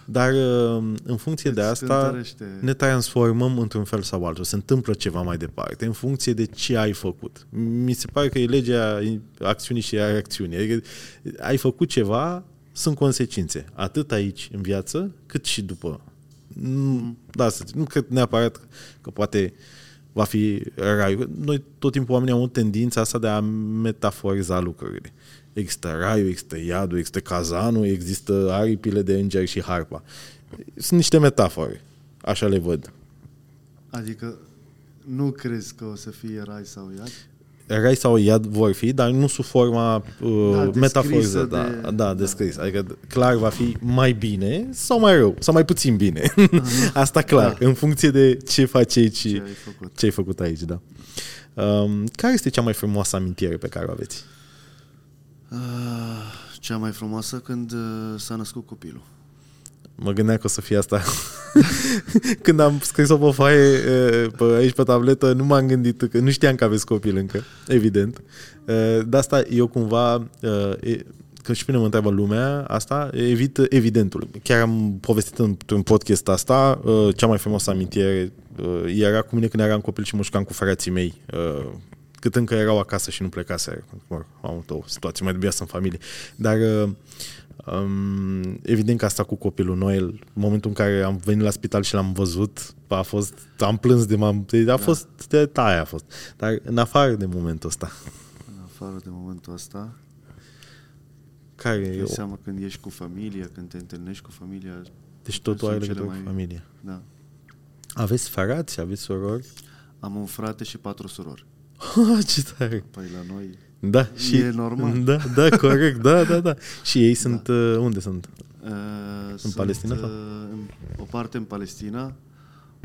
A: dar uh, în funcție de
B: Îți
A: asta
B: întărește.
A: ne transformăm într-un fel sau altul, se întâmplă ceva mai departe, în funcție de ce ai făcut. Mi se pare că e legea acțiunii și a reacțiunii. Adică ai făcut ceva, sunt consecințe, atât aici în viață, cât și după. Nu, da, să zic, nu cred neapărat că poate va fi raiul. Noi tot timpul oamenii au avut tendința asta de a metaforiza lucrurile. Există raiul, există iadul, există cazanul, există aripile de îngeri și harpa. Sunt niște metafore. Așa le văd.
B: Adică nu crezi că o să fie rai sau iad?
A: Rai sau iad vor fi, dar nu sub forma
B: Da,
A: uh,
B: descrisă
A: metaforiză,
B: de-
A: da, da, descris. Adică clar va fi mai bine sau mai rău, sau mai puțin bine. Asta clar, da. în funcție de ce faci aici,
B: Da, Ce ai făcut?
A: ce ai făcut aici, da. Um, care este cea mai frumoasă amintire pe care o aveți?
B: Ah, Cea mai frumoasă când uh, s-a născut copilul.
A: Mă gândeam că o să fie asta. Când am scris-o pe foaie e, pe, aici pe tabletă, nu m-am gândit, că nu știam că aveți copil încă, evident. E, De asta eu cumva, e, e, că și pe mine mă întreabă lumea asta, evit evidentul. Chiar am povestit într-un podcast asta, e, cea mai frumoasă amintire e, era cu mine când eram copil și mă jucam cu frații mei e, cât încă erau acasă și nu plecaseră. Mă rog, am avut o situație mai dubioasă în familie. Dar uh, um, evident că asta cu copilul Noel, în momentul în care am venit la spital și l-am văzut, a fost, am plâns de m-am, de-
B: Da.
A: a fost, de taia a fost. Dar în afară de momentul ăsta,
B: În afară de momentul ăsta,
A: care
B: îți
A: e
B: dai
A: o-
B: seama când ești cu familia, când te întâlnești cu familia.
A: Deci totul
B: sunt
A: are
B: cele
A: legătură cu
B: mai-
A: familia.
B: Da.
A: Aveți frați, aveți sorori?
B: Am un frate și patru surori.
A: Ah, Ce tare!
B: Păi la noi,
A: Da, și...
B: E normal.
A: Da, da, corect, da, da, da. Și ei sunt, uh, unde sunt?
B: Uh, în
A: Palestina sau?
B: o parte uh, în Palestina,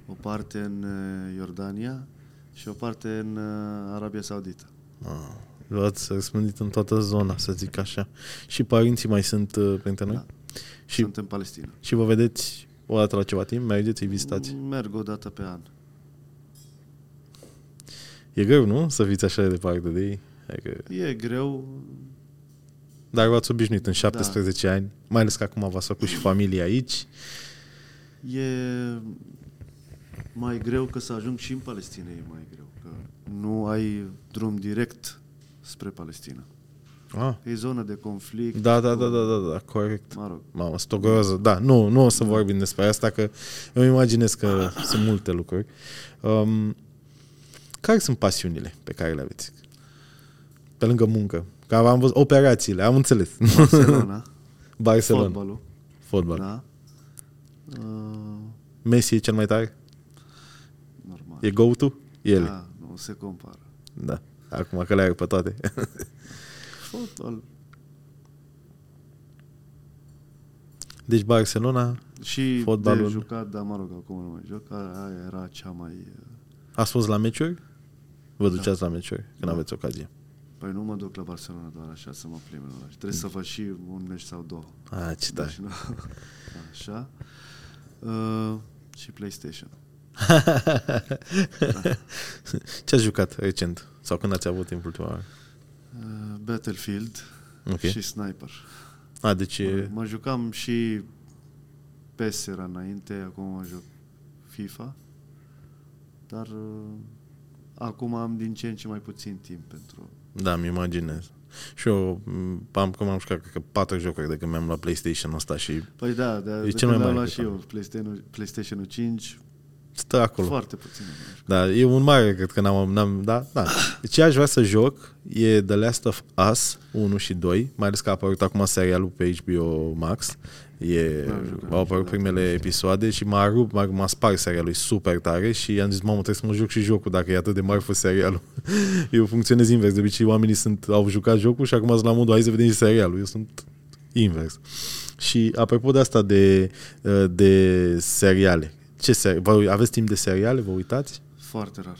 B: o parte în uh, Iordania și o parte în uh, Arabia Saudită.
A: Ah, Luați răspândit în toată zona, să zic așa. Și părinții mai sunt uh, printre noi?
B: Da.
A: Și,
B: Sunt în Palestina.
A: și vă vedeți o dată la ceva timp? Mergeți, îi vizitați?
B: Merg o dată pe an.
A: E greu, nu? Să fiți așa de departe de ei? Adică...
B: E greu,
A: Dar v-ați obișnuit în 17 da. ani, mai ales că acum v-ați făcut și familia aici.
B: e mai greu că să ajung și în Palestina, e mai greu. Că nu ai drum direct spre Palestina.
A: Ah.
B: E zonă de conflict.
A: Da, da,
B: cu-
A: da, da, da, da, corect.
B: Mă rog,
A: Mamă, sunt o groză. Da, nu, nu o să vorbim despre asta, că eu imaginez că sunt multe lucruri. Um, care sunt pasiunile pe care le aveți? Pe lângă muncă. Că am văzut operațiile, am înțeles.
B: Barcelona,
A: Barcelona. Fotbal.
B: fotbalul,
A: Fotbal. Da.
B: da. Uh,
A: Messi e cel mai tare?
B: normal.
A: E go-to? El. Da.
B: Da, nu se compară.
A: da. Acum că le are pe toate.
B: Fotbal.
A: Deci Barcelona
B: Și
A: Fotbalul.
B: de jucat, dar mă rog, acum nu mai joc. a- Aia era cea mai... uh,
A: ați fost la meciuri? Vă duceați la meciuri când
B: Da.
A: aveți ocazie.
B: Păi nu mă duc la Barcelona doar așa să mă plimb. în oraș. Trebuie să fac și un meci sau două.
A: Ah, ce tare.
B: Deci nu. Așa. Uh, și PlayStation.
A: ce ați jucat recent? Sau când ați avut timpul ultima oară?
B: Uh, Battlefield
A: Ok.
B: și Sniper.
A: A, deci e...
B: Mă jucam și PES era înainte, acum mă joc FIFA. Dar uh, acum am din ce în ce mai puțin timp pentru...
A: Da, îmi imaginez. Și eu m, am, cum am jucat, cred că patru jocuri de când mi-am luat PlayStation ăsta și
B: Păi da, dar
A: E
B: de
A: cel
B: când
A: mai
B: am
A: mare
B: luat și
A: jucat.
B: eu PlayStation, PlayStation 5,
A: Stă acolo.
B: Foarte puțin.
A: Da, e un mare, cred că n-am... n-am da, da. Ce aș vrea să joc e The Last of Us 1 și 2, mai ales că a apărut acum serialul pe HBO Max. E,
B: N-am jucat
A: au apărut
B: niciodată.
A: primele episoade și m-a rupt, m-a, m-a spart serialul, e super tare și am zis, mamă, trebuie să mă joc și jocul dacă e atât de mare fost serialul. Eu funcționez invers, de obicei oamenii sunt, au jucat jocul și acum sunt la modul, hai să vedem și serialul. Eu sunt invers. Și apropo de asta de, uh, de seriale, ce seri- vă, aveți timp de seriale, vă uitați?
B: Foarte rar.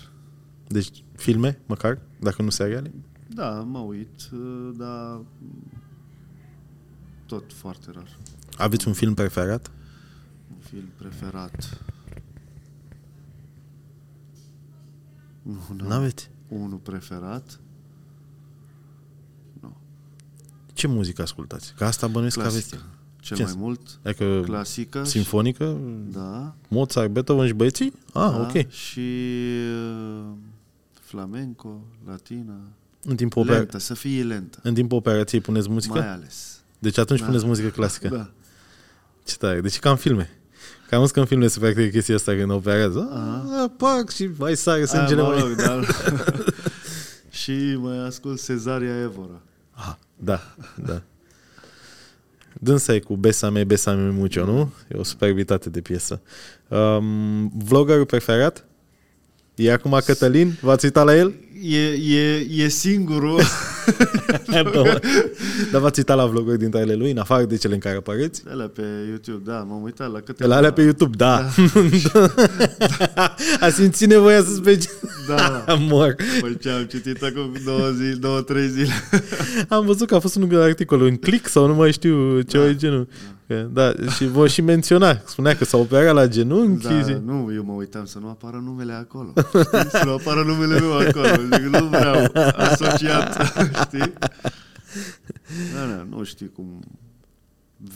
A: Deci filme, măcar, dacă nu seriale?
B: Da, mă uit, uh, dar tot foarte rar.
A: Aveți un film preferat?
B: Un film preferat. Nu, n-am
A: Nu aveți.
B: unul preferat.
A: Ce muzică ascultați? Că asta bănuiesc că aveți.
B: Clasică. Cel
A: Ce
B: mai
A: înse-
B: mult.
A: Adică
B: Clasică. și-
A: simfonică,
B: Da.
A: Mozart, Beethoven și băieții? Ah,
B: da,
A: ok.
B: Și uh, flamenco, latina.
A: În timpul,
B: Popea.
A: opera-
B: Lentă, să fie lentă.
A: în timpul operației puneți muzică?
B: Mai ales.
A: Deci atunci
B: Da.
A: puneți muzică clasică.
B: Da.
A: Ce tare. Deci cam filme. Că am văzut că în filme se practică chestia asta când operează. Ah, pac și mai sare sângele.
B: Aia, mă
A: mai...
B: rog, dar... și mai ascult Cezaria Evora.
A: Ah, da, da. Dânsa e cu Besame, Besame Mucio, nu? E o superbitate de piesă. Um, vloggerul preferat? E acum Cătălin? V-ați uitat la el?
B: E, e, e singurul
A: Dar v-ați uitat la vloguri dintre ale lui, în afară de cele în care apăreți?
B: Alea pe YouTube, da, m-am uitat la câteva.
A: La alea pe YouTube, da. A simțit nevoia să spui
B: Da,
A: Mor.
B: păi ce am citit acum două zile, două, trei zile.
A: Am văzut că a fost un articol, un click sau nu mai știu ce da. genul. Că, Da, și vă și menționa. Spunea că s-a operat la genunchi.
B: Da,
A: și-
B: nu, eu mă uitam să nu apară numele acolo. Știi? Să nu apară numele meu acolo. Zic, nu vreau asociat, știi? Da, da, nu știi cum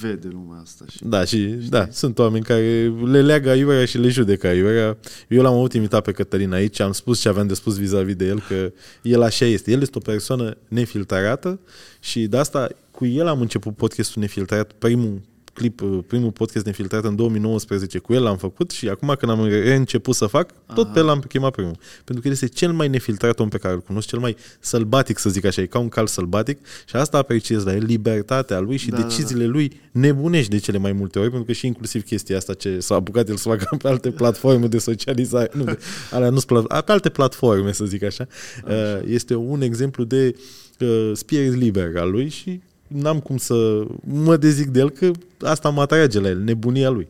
B: vede lumea asta și
A: Da, și da, sunt oameni care le leagă aiurea și le judecă aiurea. Eu l-am avut invitat pe Cătălin aici, am spus ce aveam de spus vis-a-vis de el, că el așa este. El este o persoană nefiltrată și de asta cu el am început podcastul nefiltrat, primul clip, primul podcast nefiltrat în 2019, cu el l-am făcut și acum când am reînceput să fac, tot pe el l-am chemat primul. Pentru că el este cel mai nefiltrat om pe care îl cunosc, cel mai sălbatic, să zic așa, e ca un cal sălbatic și asta apreciez la el, libertatea lui și
B: Da,
A: da,
B: da, da.
A: deciziile ale lui nebunești de cele mai multe ori, pentru că și inclusiv chestia asta ce s-a apucat el să facă pe alte platforme de socializare, nu, de, alea nu pe alte platforme, să zic așa, așa. este un exemplu de uh, spirit liber al lui și n-am cum să mă dezic de el, că asta mă atrage la el, nebunia lui.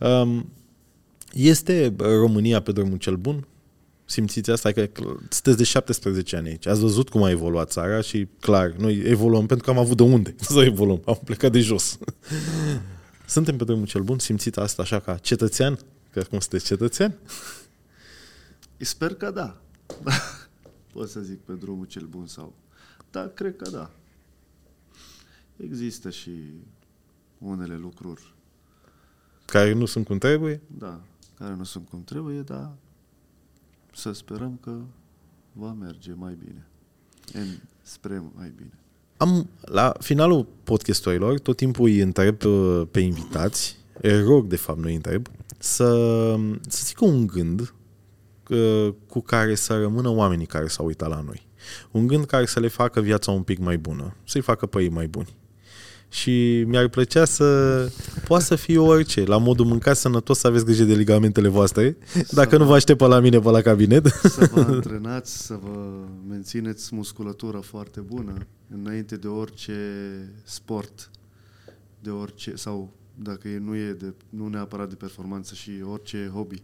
A: Um, este România pe drumul cel bun? Simțiți asta? Că sunteți de 17 ani aici. Ați văzut cum a evoluat țara și, clar, noi evoluăm pentru că am avut de unde să evoluăm. Am plecat de jos. Suntem pe drumul cel bun? Simțiți asta așa ca cetățean? Că acum sunteți cetățean?
B: Sper că da. Pot să zic pe drumul cel bun sau... Da, cred că da. Există și unele lucruri,
A: Care nu sunt cum trebuie?
B: da, care nu sunt cum trebuie, dar să sperăm că va merge mai bine. În spre mai bine.
A: Am, la finalul podcasturilor, tot timpul îi întreb uh, pe invitați, îi rog de fapt, nu îi întreb, să, să zică un gând uh, cu care să rămână oamenii care s-au uitat la noi. Un gând care să le facă viața un pic mai bună, să-i facă pe ei mai buni. Și mi-ar plăcea să poată să fie orice, la modul mâncați sănătos, să aveți grijă de ligamentele voastre, dacă nu vă aștept pe la mine pe la cabinet.
B: Să vă antrenați, să vă mențineți musculatura foarte bună înainte de orice sport, de orice, sau dacă e, nu e de, nu neapărat de performanță și orice hobby.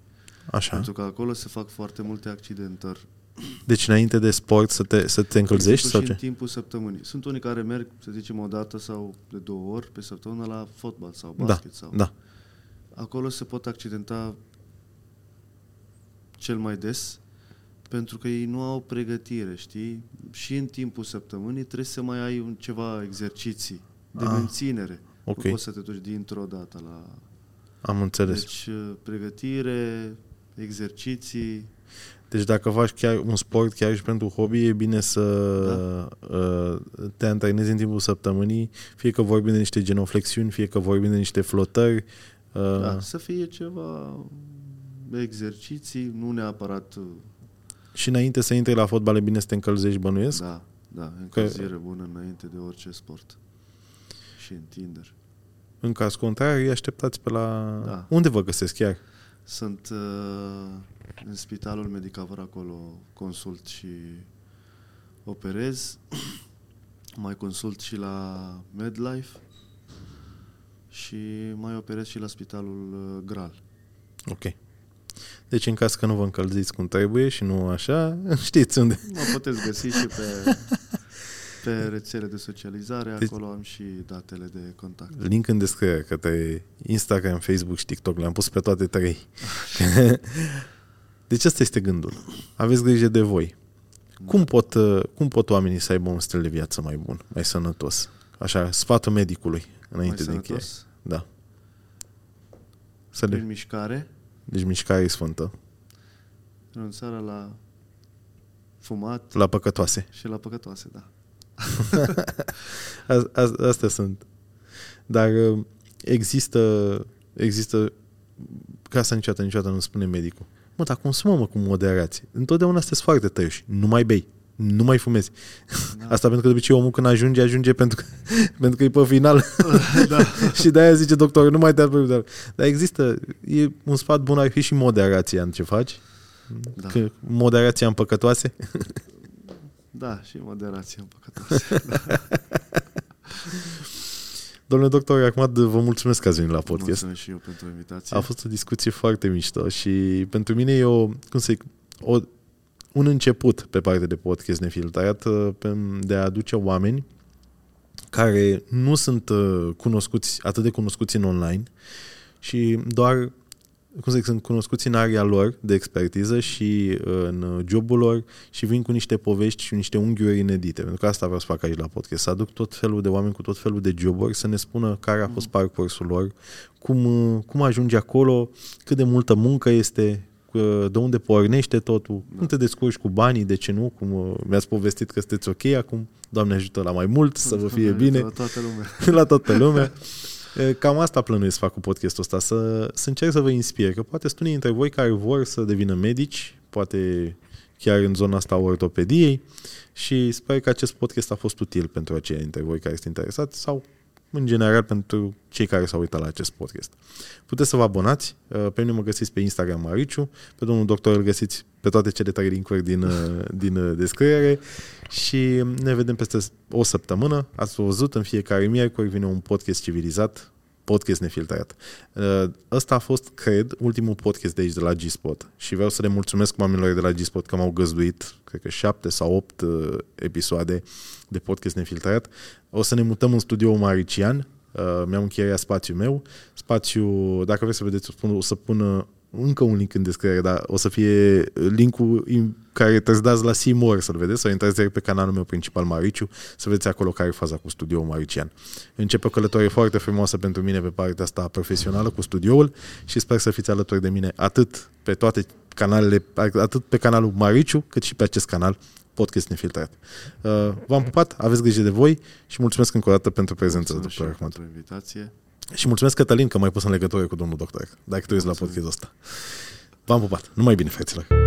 A: Așa.
B: Pentru că acolo se fac foarte multe accidentări.
A: Deci înainte de sport să te, să te încălzești sau
B: Inclusiv
A: ce?
B: în timpul săptămânii. Sunt unii care merg, să zicem, o dată sau de două ori pe săptămână la fotbal sau
A: Da,
B: basket. sau...
A: da.
B: Acolo se pot accidenta cel mai des pentru că ei nu au pregătire, știi? Și în timpul săptămânii trebuie să mai ai un, ceva exerciții de
A: Ah,
B: menținere.
A: ok.
B: Nu poți să te duci dintr-o dată la...
A: Am înțeles. Deci,
B: Deci, pregătire, exerciții,
A: deci dacă faci chiar un sport chiar și pentru hobby, e bine să da. uh, te antrenezi în timpul săptămânii, fie că vorbim de niște Ah. genoflexiuni, fie că vorbim de niște flotări. Uh,
B: Da, să fie ceva exerciții, nu neapărat, uh,
A: Și înainte să intri la fotbal, e bine să te încălzești, bănuiesc?
B: da, da, încălzire bună înainte de orice sport și întinderi.
A: În caz contrar, îi așteptați pe la...
B: Da.
A: Unde vă găsesc chiar?
B: Sunt uh, în spitalul Medicavar, acolo consult și operez. Mai consult și la MedLife și mai operez și la spitalul uh, Gral.
A: Ok. Deci în caz că nu vă încălziți cum trebuie și nu așa, știți unde.
B: Mă puteți găsi și pe, pe rețele de socializare,
A: Deci-
B: acolo am și datele de contact.
A: Link în descriere către Instagram, Facebook și TikTok. Le-am pus pe toate trei. deci asta este gândul. Aveți grijă de voi. Cum pot, uh, cum pot oamenii să aibă un stil de viață mai bun, mai sănătos? Așa, sfatul medicului înainte
B: Mai
A: de încheiere.
B: sănătos,
A: Da. Să
B: prin
A: le...
B: mișcare,
A: Deci mișcarea e sfântă.
B: renunțarea la fumat
A: La păcătoase.
B: și la păcătoase, da.
A: A- a- Astea sunt. Dar uh, există, există, ca să niciodată, niciodată nu spune medicul. Mă, dar consumă-mă cu moderație. Întotdeauna sunteți foarte tăioși. Nu mai bei. Nu mai fumezi. Da.
B: Da.
A: Asta pentru că de obicei omul când ajunge, ajunge pentru că, pentru că e pe final. da. și de-aia zice doctorul, nu mai te apropii. Dar, dar există, e un sfat bun ar fi și moderația în ce faci.
B: Da.
A: Că moderația în păcătoase.
B: Da, și moderație în păcătoase.
A: Domnule doctor Ahmad, vă mulțumesc că ați venit la podcast.
B: Mulțumesc și eu pentru invitație.
A: A fost o discuție foarte mișto și pentru mine e o, cum să zic, o, un început pe partea de podcast nefiltrat uh, pe- de a aduce oameni care nu sunt uh, cunoscuți, atât de cunoscuți în online și doar cum să zic, sunt cunoscuți în area lor de expertiză și uh, în jobul lor și vin cu niște povești și niște unghiuri inedite. Pentru că asta vreau să fac aici la podcast, să aduc tot felul de oameni cu tot felul de joburi, să ne spună care a fost parcursul lor, cum, uh, cum ajungi acolo, cât de multă muncă este, uh, de unde pornește totul, cum te descurci cu banii, de ce nu, cum uh, mi-ați povestit că sunteți ok acum, Doamne ajută la mai mult, să vă fie bine
B: La toată lumea.
A: la toată lumea. E, Cam asta plănuiesc să fac cu podcastul ăsta, să, să încerc să vă inspir, că poate sunt unii dintre voi care vor să devină medici, poate chiar în zona asta a ortopediei și sper că acest podcast a fost util pentru aceia dintre voi care sunt interesați sau în general pentru cei care s-au uitat la acest podcast. Puteți să vă abonați, e, pe mine mă găsiți pe Instagram Mariciu, pe domnul doctor îl găsiți pe toate cele trei linkuri din, e, din e, descriere și ne vedem peste o săptămână. Ați văzut, în fiecare miercuri vine un podcast civilizat, podcast nefiltrat. Uh, Ăsta a fost, cred, ultimul podcast de aici, de la G-Spot. Și vreau să le mulțumesc oamenilor de la G-Spot că m-au găzduit, cred că șapte sau opt uh, episoade de podcast nefiltrat. O să ne mutăm în studioul Marician. Uh, Mi-am încheiat spațiul meu. Spațiu, dacă vreți să vedeți, o spun- o să pun încă un link în descriere, dar o să fie linkul in- care trebuie să dați la Seymour să-l vedeți, sau intrați direct pe canalul meu principal, Mariciu, să vedeți acolo care e faza cu studioul Marician. Începe o călătorie foarte frumoasă pentru mine pe partea asta profesională cu studioul și sper să fiți alături de mine atât pe toate canalele, atât pe canalul Mariciu, cât și pe acest canal Podcast Nefiltrat. Uh, V-am pupat, aveți grijă de voi și mulțumesc încă o dată pentru prezența,
B: Mulțumesc și eu
A: după Rahmat.
B: pentru invitație.
A: Și mulțumesc, Cătălin, că m-ai pus în legătură cu domnul doctor, dacă tu ești la podcastul ăsta. V-am pupat. Numai bine, fraților.